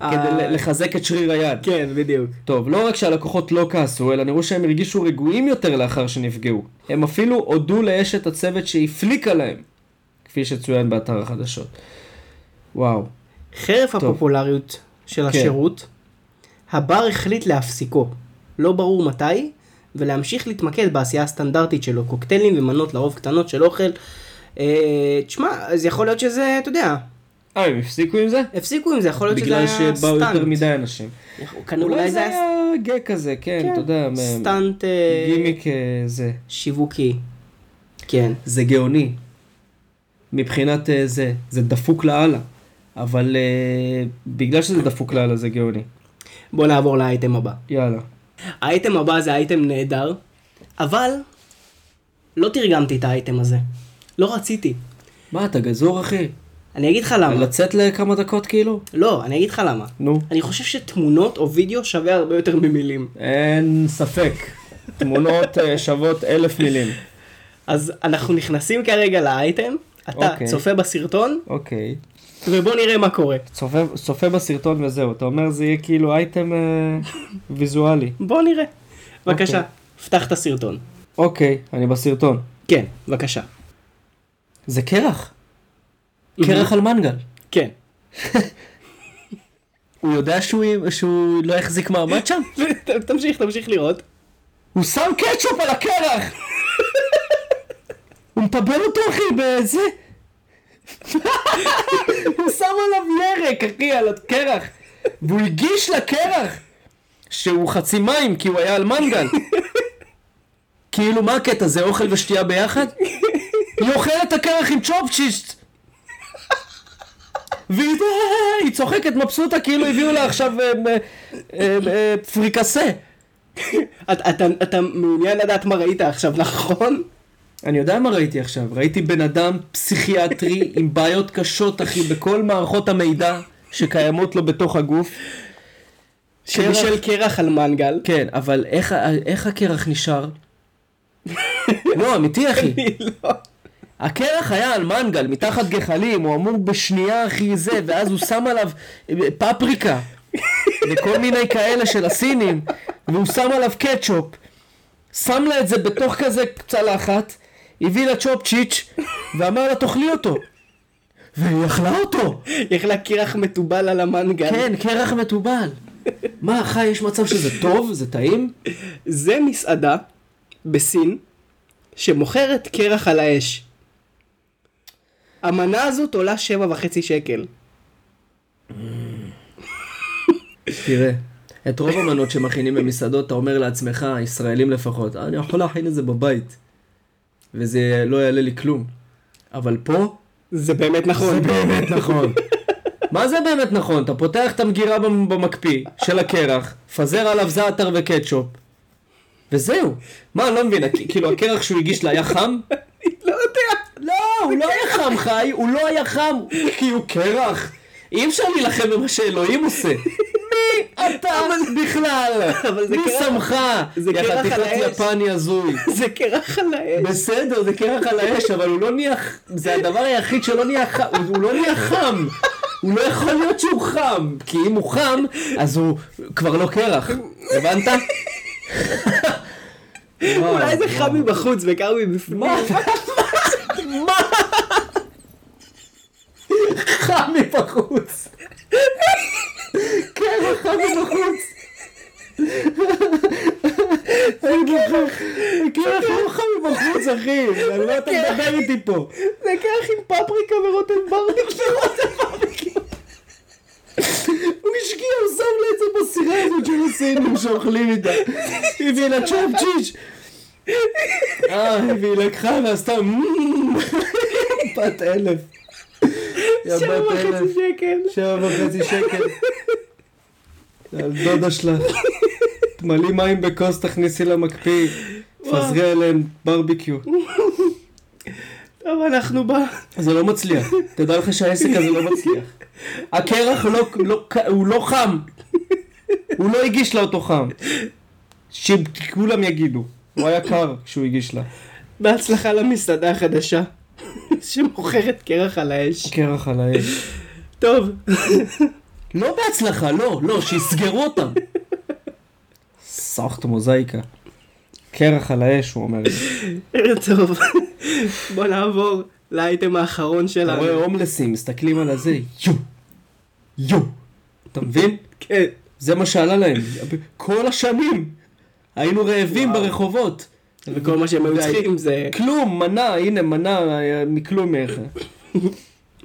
אה,
כדי ל- לחזק את שריר היד.
כן, בדיוק.
טוב, לא רק שהלקוחות לא כעסו, אלא נראו שהם הרגישו רגועים יותר לאחר שנפגעו. הם אפילו הודו לאשת הצוות שהפליקה להם, כפי שצוין באתר החדשות. וואו.
חרף הפופולריות
כן.
של השירות, הבר החליט להפסיקו, לא ברור מתי, ולהמשיך להתמקד בעשייה הסטנדרטית שלו, קוקטיילים ומנות לרוב קטנות של אוכל. אה, תשמע, אז יכול להיות שזה, אתה יודע,
אה, הם הפסיקו עם זה?
הפסיקו עם זה, יכול להיות שזה
בגלל
היה סטנט.
שבאו יותר מדי אנשים.
כנראה
אולי זה
היה
היה גה כזה, כן, אתה יודע, מ-
סטנט אה,
גימיק אה, זה.
שיווקי. כן.
זה גאוני. מבחינת אה, זה, זה דפוק לאללה. אבל אה, בגלל שזה דפוק לאללה זה גאוני.
בוא נעבור לאייטם הבא.
יאללה.
האייטם הבא זה אייטם נהדר, אבל לא תרגמתי את האייטם הזה. לא רציתי.
מה, אתה גזור אחי?
אני אגיד לך למה.
לצאת לכמה דקות כאילו?
לא, אני אגיד לך למה.
נו.
אני חושב שתמונות או וידאו שווה הרבה יותר ממילים.
אין ספק. תמונות אה, שוות אלף מילים.
אז אנחנו נכנסים כרגע לאייטם, אתה
אוקיי.
צופה בסרטון,
אוקיי.
ובוא נראה מה קורה.
צופה- צופה בסרטון וזהו. אתה אומר זה יהיה כאילו אייטם אה, ויזואלי.
בוא נראה. בבקשה,
אוקיי.
פתח את הסרטון.
אוקיי, אני בסרטון.
כן, בבקשה.
זה קרח. קרח על מנגל.
כן.
הוא יודע שהוא- שהוא לא יחזיק מעמד שם?
ת- תמשיך, תמשיך לראות.
הוא שם קטשופ על הקרח! הוא מטבל אותו אחי בזה! הוא שם עליו ירק אחי על הקרח! והוא הגיש לקרח! שהוא חצי מים כי הוא היה על מנגל! כאילו מה הקטע זה אוכל ושתייה ביחד? היא אוכלת את הקרח עם צ'ופצ'יסט! והיא אה, היא צוחקת מבסוטה כאילו הביאו לה עכשיו אה, אה, אה, אה, פריקסה.
אתה- אתה- אתה מעוניין לדעת מה ראית עכשיו, נכון?
אני יודע מה ראיתי עכשיו, ראיתי בן אדם פסיכיאטרי עם בעיות קשות, אחי, בכל מערכות המידע שקיימות לו בתוך הגוף.
שבישל קרח על מנגל.
כן, אבל איך, ה- איך הקרח נשאר? לא, אמיתי, אחי.
אני לא-
הקרח היה על מנגל, מתחת גחלים, הוא אמור בשנייה, אחי, זה, ואז הוא שם עליו אה, פפריקה, וכל מיני כאלה של הסינים, והוא שם עליו קטשופ, שם לה את זה בתוך כזה צלחת, הביא לה צ'ופצ'יץ', ואמר לה תאכלי אותו. והיא אכלה אותו!
איך לה קרח מתובל על המנגל.
כן, קרח מתובל. מה, חי, יש מצב שזה טוב? זה טעים?
זה מסעדה בסין שמוכרת קרח על האש. המנה הזאת עולה שבע וחצי שקל.
תראה, את רוב המנות שמכינים במסעדות, אתה אומר לעצמך, ישראלים לפחות, אני יכול להכין את זה בבית, וזה לא יעלה לי כלום. אבל פה,
זה באמת נכון.
באמת נכון. מה זה באמת נכון? אתה פותח את המגירה במ- במקפיא של הקרח, פזר עליו זעתר וקטשופ, וזהו. מה, אני לא מבין, הכ- כאילו הקרח שהוא הגיש לה היה חם?
לא יודע.
לא, הוא לא היה חם, חי, הוא לא היה חם, כי הוא קרח. אי אפשר להילחם במה שאלוהים עושה. מי אתה בכלל!
אבל זה
מי
קרח.
שמך?
זה
יא
קרח על
חתיכת
האש.
יפני הזוי.
זה קרח על האש.
בסדר, זה קרח על האש, אבל הוא לא נהיה... ח- זה הדבר היחיד שלא נהיה חם. הוא- הוא לא נהיה חם. הוא לא יכול להיות שהוא חם. כי אם הוא חם, אז הוא כבר לא קרח. הבנת? וואו,
אולי זה
וואו.
חם מבחוץ וקר מבפנים.
מה? חם מבחוץ. כן, חם מבחוץ. כן, חם מבחוץ, אחי. אני לא אתה מדבר איתי פה.
זה קרח עם פפריקה ורוטן ברביקיו.
הוא השקיע, הוא שם לה את זה בסירה הזאת של הסינים שאוכלים איתה. הביא לה צ'אפ צ'יץ'. אה, והיא לקחה ועשתה "מ- בת אלף. יא
שבע
בת
וחצי
אלף.
שקל.
שבע וחצי שקל. על דודה שלך. תמלאי מים בכוס, תכניסי למקפיא. תפזרי עליהם ברביקיו.
טוב, אנחנו ב...
זה לא מצליח. תדע לך שהעסק הזה לא מצליח. הקרח לא, לא, הוא לא חם. הוא לא הגיש לה אותו חם. שכולם יגידו. הוא היה קר כשהוא הגיש לה.
בהצלחה למסעדה החדשה. שמוכרת קרח על האש.
קרח על האש.
טוב.
לא בהצלחה, לא, לא, שיסגרו אותם. סחט מוזאיקה. קרח על האש, הוא אומר. לי.
טוב. בוא נעבור לאייטם האחרון
אתה רואה
שלנו.
הומלסים, מסתכלים על הזה, יו, יו. אתה מבין?
כן.
זה מה שעלה להם. כל השנים היינו רעבים ברחובות.
וכל מה שהם היו
והי-
צריכים זה
כלום, מנה, הנה מנה אה, מכלום איך.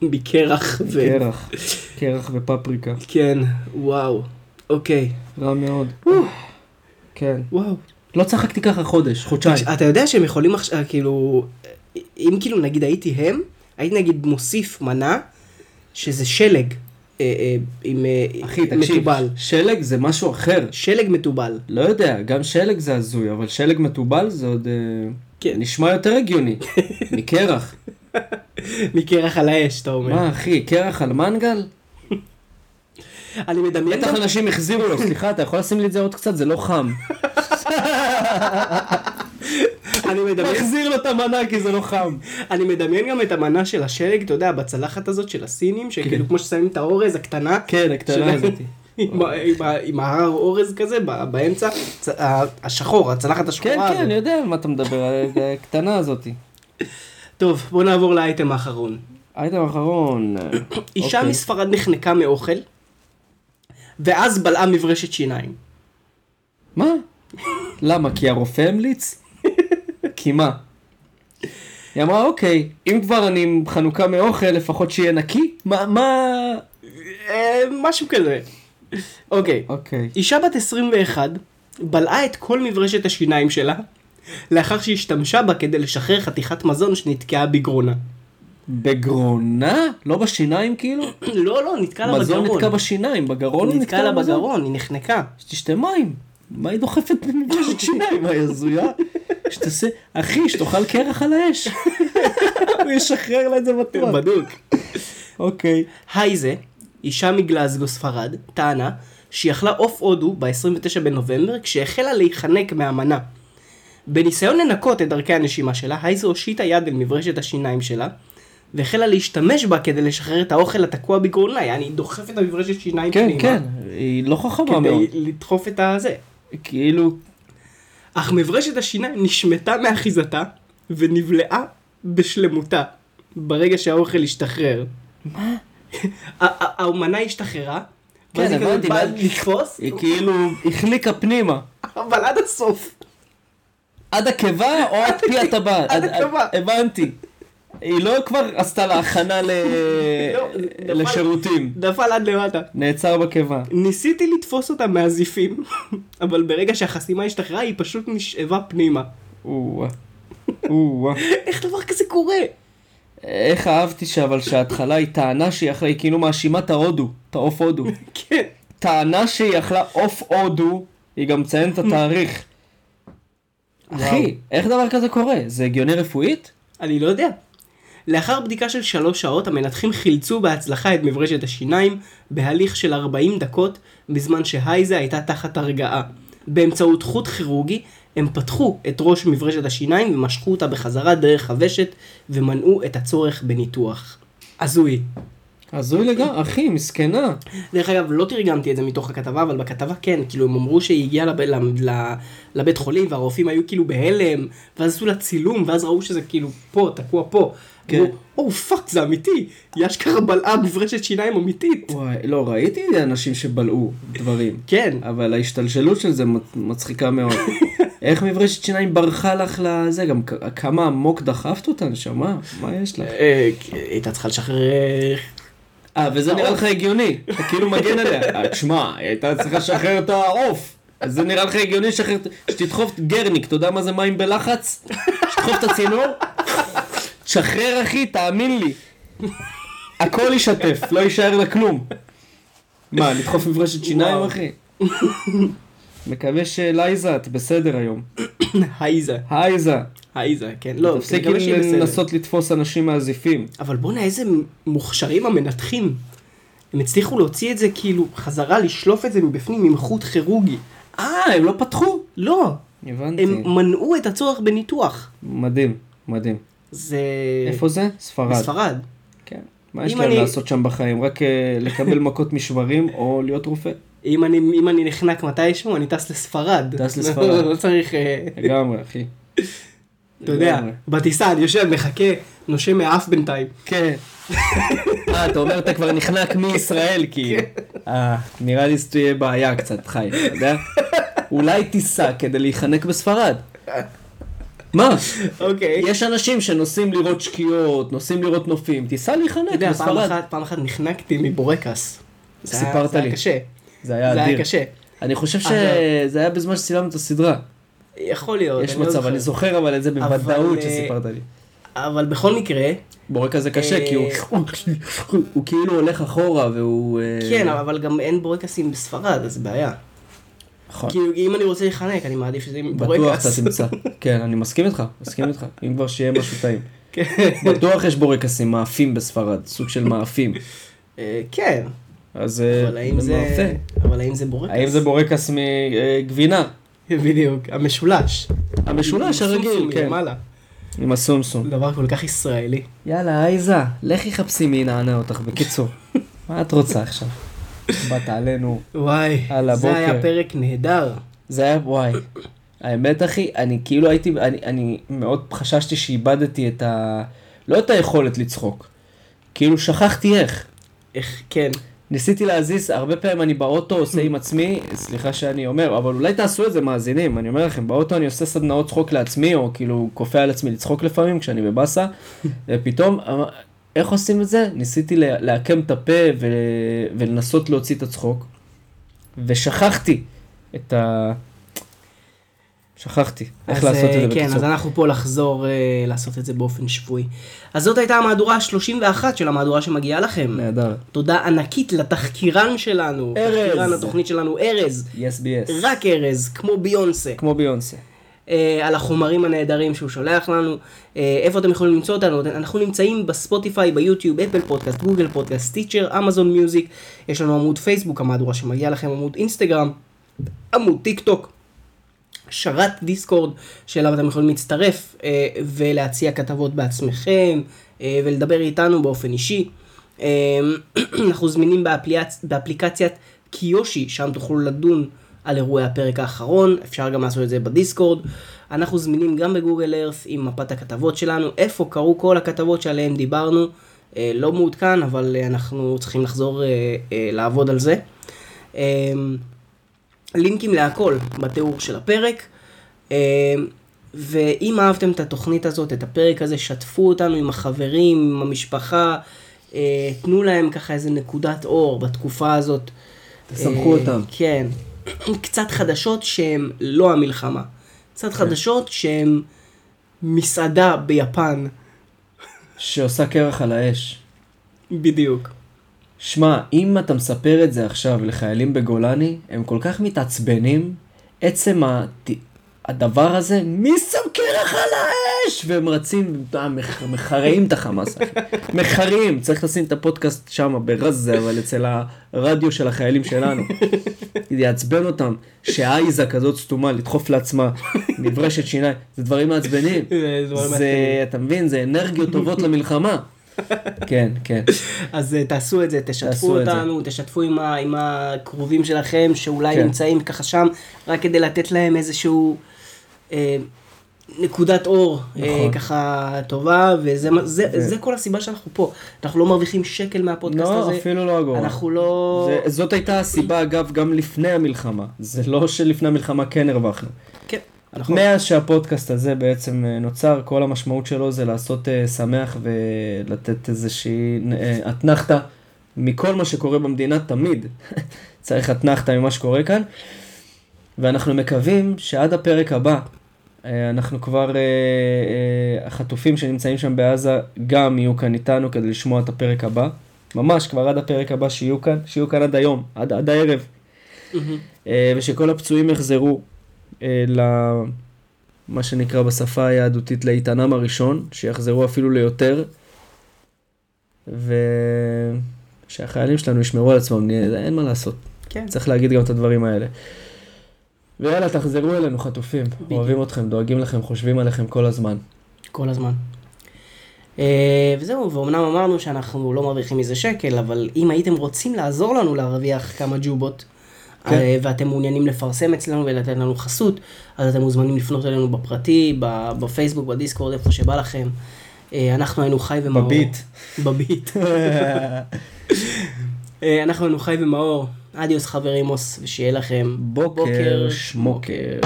מקרח ו...
קרח, קרח ופפריקה.
כן, וואו. אוקיי.
רע מאוד. כן.
וואו.
לא צחקתי ככה חודש, חודשיים.
אתה יודע שהם יכולים עכשיו, כאילו, אם כאילו נגיד הייתי הם, הייתי נגיד מוסיף מנה, שזה שלג אה, אה, עם אה,
אחי, תקשיב,
מתובל.
שלג זה משהו אחר.
שלג מתובל.
לא יודע, גם שלג זה הזוי, אבל שלג מתובל זה עוד... אה,
כן.
נשמע יותר הגיוני. מקרח.
מקרח על האש, אתה אומר.
מה אחי, קרח על מנגל?
אני לא- מדמיין
בטח
גם...
אנשים החזירו לו, סליחה, אתה יכול לשים לי את זה עוד קצת? זה לא חם. לא.
אני מדמיין...
מחזיר לו את המנה כי זה לא חם.
אני מדמיין גם את המנה של השלג, אתה יודע, בצלחת הזאת של הסינים, שכאילו כמו ששמים את האורז הקטנה.
כן, הקטנה
של-
הזאתי.
עם ה- עם ה- עם ההר אורז כזה ב- באמצע, צ- ה- השחור, הצלחת
כן,
השחורה.
כן, אני
הזאת.
יודע על מה אתה מדבר, על הקטנה הזאתי.
טוב, בוא נעבור לאייטם האחרון.
האייטם האחרון.
אישה
אוקיי.
מספרד נחנקה מאוכל, ואז בלעה מברשת שיניים.
מה? למה? כי הרופא המליץ? כי מה? היא אמרה, אוקיי, אם כבר אני עם חנוכה מאוכל, לפחות שיהיה נקי? מה, מה...
אה, משהו כזה. אוקיי.
אוקיי.
אישה בת 21 בלעה את כל מברשת השיניים שלה, לאחר שהשתמשה בה כדי לשחרר חתיכת מזון שנתקעה בגרונה.
בגרונה? לא בשיניים כאילו?
לא, לא, נתקע לה
מזון
בגרון.
נתקע בשיניים, בגרון הוא
נתקע לה
מזון?
בגרון, היא נחנקה.
שתשתה מים. מה היא דוחפת במברשת שיניים, מה היא הזויה? שתעשה, אחי, שתאכל קרח על האש. הוא ישחרר לה את זה בטוח.
בדוק.
אוקיי.
הייזה, אישה מגלזגו ספרד, טענה שהיא אכלה עוף הודו ב-29 בנובמבר כשהחלה להיחנק מהמנה. בניסיון לנקות את דרכי הנשימה שלה, הייזה הושיטה יד אל מברשת השיניים שלה, והחלה להשתמש בה כדי לשחרר את האוכל התקוע בגרונה, יעני דוחפת את המברשת שיניים
כן,
פנימה,
כן, היא לא חכמה מאוד.
כדי לדחוף את הזה.
כאילו,
אך מברשת השיניים נשמטה מאחיזתה, ונבלעה בשלמותה, ברגע שהאוכל השתחרר. מה? האומנה השתחררה,
כן,
ואז היא כזה
הבנתי,
באה
ואז-
לתפוס,
היא כאילו החליקה פנימה.
אבל עד הסוף.
עד הקיבה או עד פי הטבעת?
עד הקיבה.
הבנתי. היא לא כבר עשתה לה הכנה ל-
לא, זה נפל.
לשירותים.
נפל עד למטה.
נעצר בקיבה.
ניסיתי לתפוס אותה מהזיפים, אבל ברגע שהחסימה השתחררה, היא פשוט נשאבה פנימה.
או-אה. או-אה.
איך דבר כזה קורה?
איך אהבתי שאבל שההתחלה היא טענה שהיא אכלה, היא כאילו מאשימה את ההודו, את העוף הודו.
כן.
טענה שהיא אכלה עוף הודו, היא גם מציינת את התאריך.
וואו.
אחי, איך דבר כזה קורה? זה הגיוני רפואית?
אני לא יודע. לאחר בדיקה של שלוש שעות, המנתחים חילצו בהצלחה את מברשת השיניים בהליך של 40 דקות, בזמן שהייזה הייתה תחת הרגעה. באמצעות חוט כירורגי, הם פתחו את ראש מברשת השיניים ומשכו אותה בחזרה דרך הוושט, ומנעו את הצורך בניתוח. הזוי.
הזוי לגמרי, אחי, מסכנה.
דרך אגב, לא תרגמתי את זה מתוך הכתבה, אבל בכתבה כן, כאילו הם אמרו שהיא הגיעה לב, לב, לב, לבית חולים, והרופאים היו כאילו בהלם, ואז עשו לה צילום, ואז ראו שזה כאילו פה, תקוע פה.
כן.
כן. או פאק, זה אמיתי, היא אשכרה בלעה מברשת שיניים אמיתית.
וואי, לא, ראיתי אנשים שבלעו דברים.
כן.
אבל ההשתלשלות של זה מצ- מצחיקה מאוד. איך מברשת שיניים ברחה לך לזה? גם כ- כמה עמוק דחפת אותה, נשמה? מה יש לך?
אה, הייתה צריכה לשחרר... אה,
אה, וזה נראה לך הגיוני. אתה כאילו מגן עליה. אה, תשמע, היא הייתה צריכה לשחרר את העוף. אז זה נראה לך הגיוני לשחרר... את- שתדחוף את גרניק, אתה יודע מה זה מים בלחץ? שתדחוף את הצינור? תשחרר, אחי, תאמין לי. הכל יישטף, לא יישאר לה כלום. מה, לדחוף מברשת שיניים,
וואו.
אחי? מקווה שלייזה, את בסדר היום.
הייזה,
הייזה,
הייזה, כן. לא,
תפסיקי
מקווה שהיא בסדר.
לנסות לתפוס אנשים מאזיפים.
אבל בואנה, איזה מוכשרים המנתחים. הם הצליחו להוציא את זה כאילו חזרה, לשלוף את זה מבפנים עם חוט כירורגי.
אה, הם לא פתחו?
לא,
הבנתי.
הם מנעו את הצורך בניתוח.
מדהים, מדהים.
זה...
איפה זה? ספרד.
בספרד.
כן. מה יש
אם
להם
אני-
לעשות שם בחיים? רק אה, לקבל מכות משברים או להיות רופא?
אם אני, אם אני נחנק מתישהו, אני טס לספרד.
טס לספרד.
לא, לא צריך, אה,
לגמרי, אחי.
אתה יודע,
לגמרי.
בטיסה אני יושב, מחכה, נושם מהאף בינתיים.
כן. אה, אתה אומר אתה כבר נחנק מישראל, כאילו.
כן.
אה, נראה לי שתהיה בעיה קצת, חי, אתה יודע? אולי תיסע כדי להיחנק בספרד. מה?
אוקיי.
יש אנשים שנוסעים לראות שקיעות, נוסעים לראות נופים, תיסע
אתה
להיחנק
יודע, כאילו, פעם
בספרד.
אחת, פעם אחת נחנקתי מבורקס. זה היה-
סיפרת
זה היה
לי.
קשה.
זה
זה
היה
היה
אדיר.
קשה.
אני חושב
אה, לא.
שזה היה בזמן שצילמנו את הסדרה.
יכול להיות.
יש
לא
מצב,
זוכר.
אני זוכר אבל את זה
אבל,
בוודאות
אה,
שסיפרת לי.
אבל בכל מקרה,
בורקס זה קשה
אה,
כי הוא הוא כאילו הולך אחורה והוא... אה,
כן, אבל גם אין בורקסים בספרד, אז זה בעיה.
נכון.
כאילו, אם אני רוצה לחנק, אני מעדיף שזה יהיה עם
בטוח אתה
בורקס.
תמצא. כן, אני מסכים איתך, מסכים איתך. אם כבר שיהיה משהו טעים.
כן.
בטוח יש בורקסים מאפים בספרד, סוג של מאפים.
אה, כן.
אז אה,
אבל האם זה...
מאפה.
אבל האם זה בורקס?
האם זה בורקס מגבינה?
בדיוק, המשולש.
המשולש
עם
הרגיל,
סומסום
כן.
מלמעלה.
עם הסומסום.
דבר כל כך ישראלי.
יאללה, אייזה, לכי חפשי מי ינענע אותך, בקיצור. מה את רוצה עכשיו? באת עלינו.
וואי,
על הבוקר.
זה היה פרק נהדר.
זה היה, וואי. האמת, אחי, אני כאילו הייתי, אני, אני מאוד חששתי שאיבדתי את ה... לא את היכולת לצחוק. כאילו, שכחתי איך.
איך, כן.
ניסיתי להזיז, הרבה פעמים אני באוטו עושה עם עצמי, סליחה שאני אומר, אבל אולי תעשו את זה מאזינים, אני אומר לכם, באוטו אני עושה סדנאות צחוק לעצמי, או כאילו כופה על עצמי לצחוק לפעמים כשאני בבאסה, ופתאום, אמר- איך עושים את זה? ניסיתי לה- לעקם את הפה ו... ולנסות להוציא את הצחוק, ושכחתי את ה... שכחתי איך
אז,
לעשות
אה,
את זה
כן,
בקיצור.
אז אנחנו פה לחזור אה, לעשות את זה באופן שבועי. אז זאת הייתה המהדורה ה-31 של המהדורה שמגיעה לכם.
נהדר.
תודה ענקית לתחקירן שלנו.
ארז.
תחקירן התוכנית שלנו, ארז.
יס בי יס.
רק ארז, כמו ביונסה.
כמו ביונסה.
אה, על החומרים הנהדרים שהוא שולח לנו. אה, איפה אתם יכולים למצוא אותנו? אנחנו נמצאים בספוטיפיי, ביוטיוב, אפל פודקאסט, גוגל פודקאסט, טיצ'ר, אמזון מיוזיק. יש לנו עמוד פייסבוק, המהדורה שמגיעה לכם, עמוד אינסטגרם, עמוד טיק טוק. שרת דיסקורד שאליו אתם יכולים להצטרף אה, ולהציע כתבות בעצמכם אה, ולדבר איתנו באופן אישי. אה, אנחנו זמינים באפליאצ... באפליקציית קיושי, שם תוכלו לדון על אירועי הפרק האחרון, אפשר גם לעשות את זה בדיסקורד. אנחנו זמינים גם בגוגל ארת' עם מפת הכתבות שלנו, איפה קרו כל הכתבות שעליהן דיברנו. אה, לא מעודכן, אבל אה, אנחנו צריכים לחזור אה, אה, לעבוד על זה. אה, לינקים להכל בתיאור של הפרק. אה, ואם אהבתם את התוכנית הזאת, את הפרק הזה, שתפו אותנו עם החברים, עם המשפחה, אה, תנו להם ככה איזה נקודת אור בתקופה הזאת.
תשמחו
אה,
אותם.
כן. קצת חדשות שהן לא המלחמה. קצת
כן.
חדשות שהן מסעדה ביפן.
שעושה קרח על האש.
בדיוק.
שמע, אם אתה מספר את זה עכשיו לחיילים בגולני, הם כל כך מתעצבנים, עצם ה... הדבר הזה, מי שם קרח על האש? והם רצים, אה, מח- מחרעים את החמאס, אחי. מחרעים, צריך לשים את הפודקאסט שם ברזה, אבל אצל הרדיו של החיילים שלנו. יעצבן אותם, שעייזה כזאת סתומה, לדחוף לעצמה, נברשת שיניים, זה דברים מעצבנים.
זה דברים מעצבנים.
זה, אתה מבין, זה אנרגיות טובות למלחמה. כן, כן.
אז אה, תעשו את זה, תשתפו
תעשו את זה.
אותנו, תשתפו עם, ה, עם הקרובים שלכם שאולי
כן.
כן. נמצאים ככה שם, רק כדי לתת להם איזשהו אה, נקודת אור אה,
נכון.
ככה טובה, וזה מה- זה,
ו-
זה כל הסיבה שאנחנו פה. אנחנו לא מרוויחים שקל מהפודקאסט
לא,
הזה.
אפילו לא אגורה.
אנחנו לא...
זה, זאת הייתה הסיבה, אגב, גם לפני המלחמה. זה לא שלפני המלחמה כן הרווחנו.
כן, אנחנו...
מאז שהפודקאסט הזה בעצם אה, נוצר, כל המשמעות שלו זה לעשות אה, שמח ולתת איזושהי אה, אתנחתה מכל מה שקורה במדינה תמיד. צריך אתנחתה ממה שקורה כאן. ואנחנו מקווים שעד הפרק הבא, אה, אנחנו כבר, אה, אה, החטופים שנמצאים שם בעזה גם יהיו כאן איתנו כדי לשמוע את הפרק הבא. ממש כבר עד הפרק הבא שיהיו כאן, שיהיו כאן עד היום, עד, עד הערב.
מהמם.
אה, ושכל הפצועים יחזרו אה, ל... מה שנקרא בשפה היהדותית לאיתנם הראשון, שיחזרו אפילו ליותר, ושהחיילים שלנו ישמרו על עצמם, נהיה- אין מה לעשות,
כן.
צריך להגיד גם את הדברים האלה. ויאללה, תחזרו אלינו חטופים, אוהבים אתכם, דואגים לכם, חושבים עליכם כל הזמן.
כל הזמן. אה, וזהו, ואומנם אמרנו שאנחנו לא מרוויחים מזה שקל, אבל אם הייתם רוצים לעזור לנו להרוויח כמה ג'ובות,
כן.
אה, ואתם מעוניינים לפרסם אצלנו ולתת לנו חסות, אז אתם מוזמנים לפנות אלינו בפרטי, ב- בפייסבוק, בדיסקורד, איפה שבא לכם. אה, אנחנו היינו חי ומאור.
בביט.
בביט. אה, אנחנו היינו חי ומאור. אדיוס חברימוס, ושיהיה לכם
בוקר שמוקר.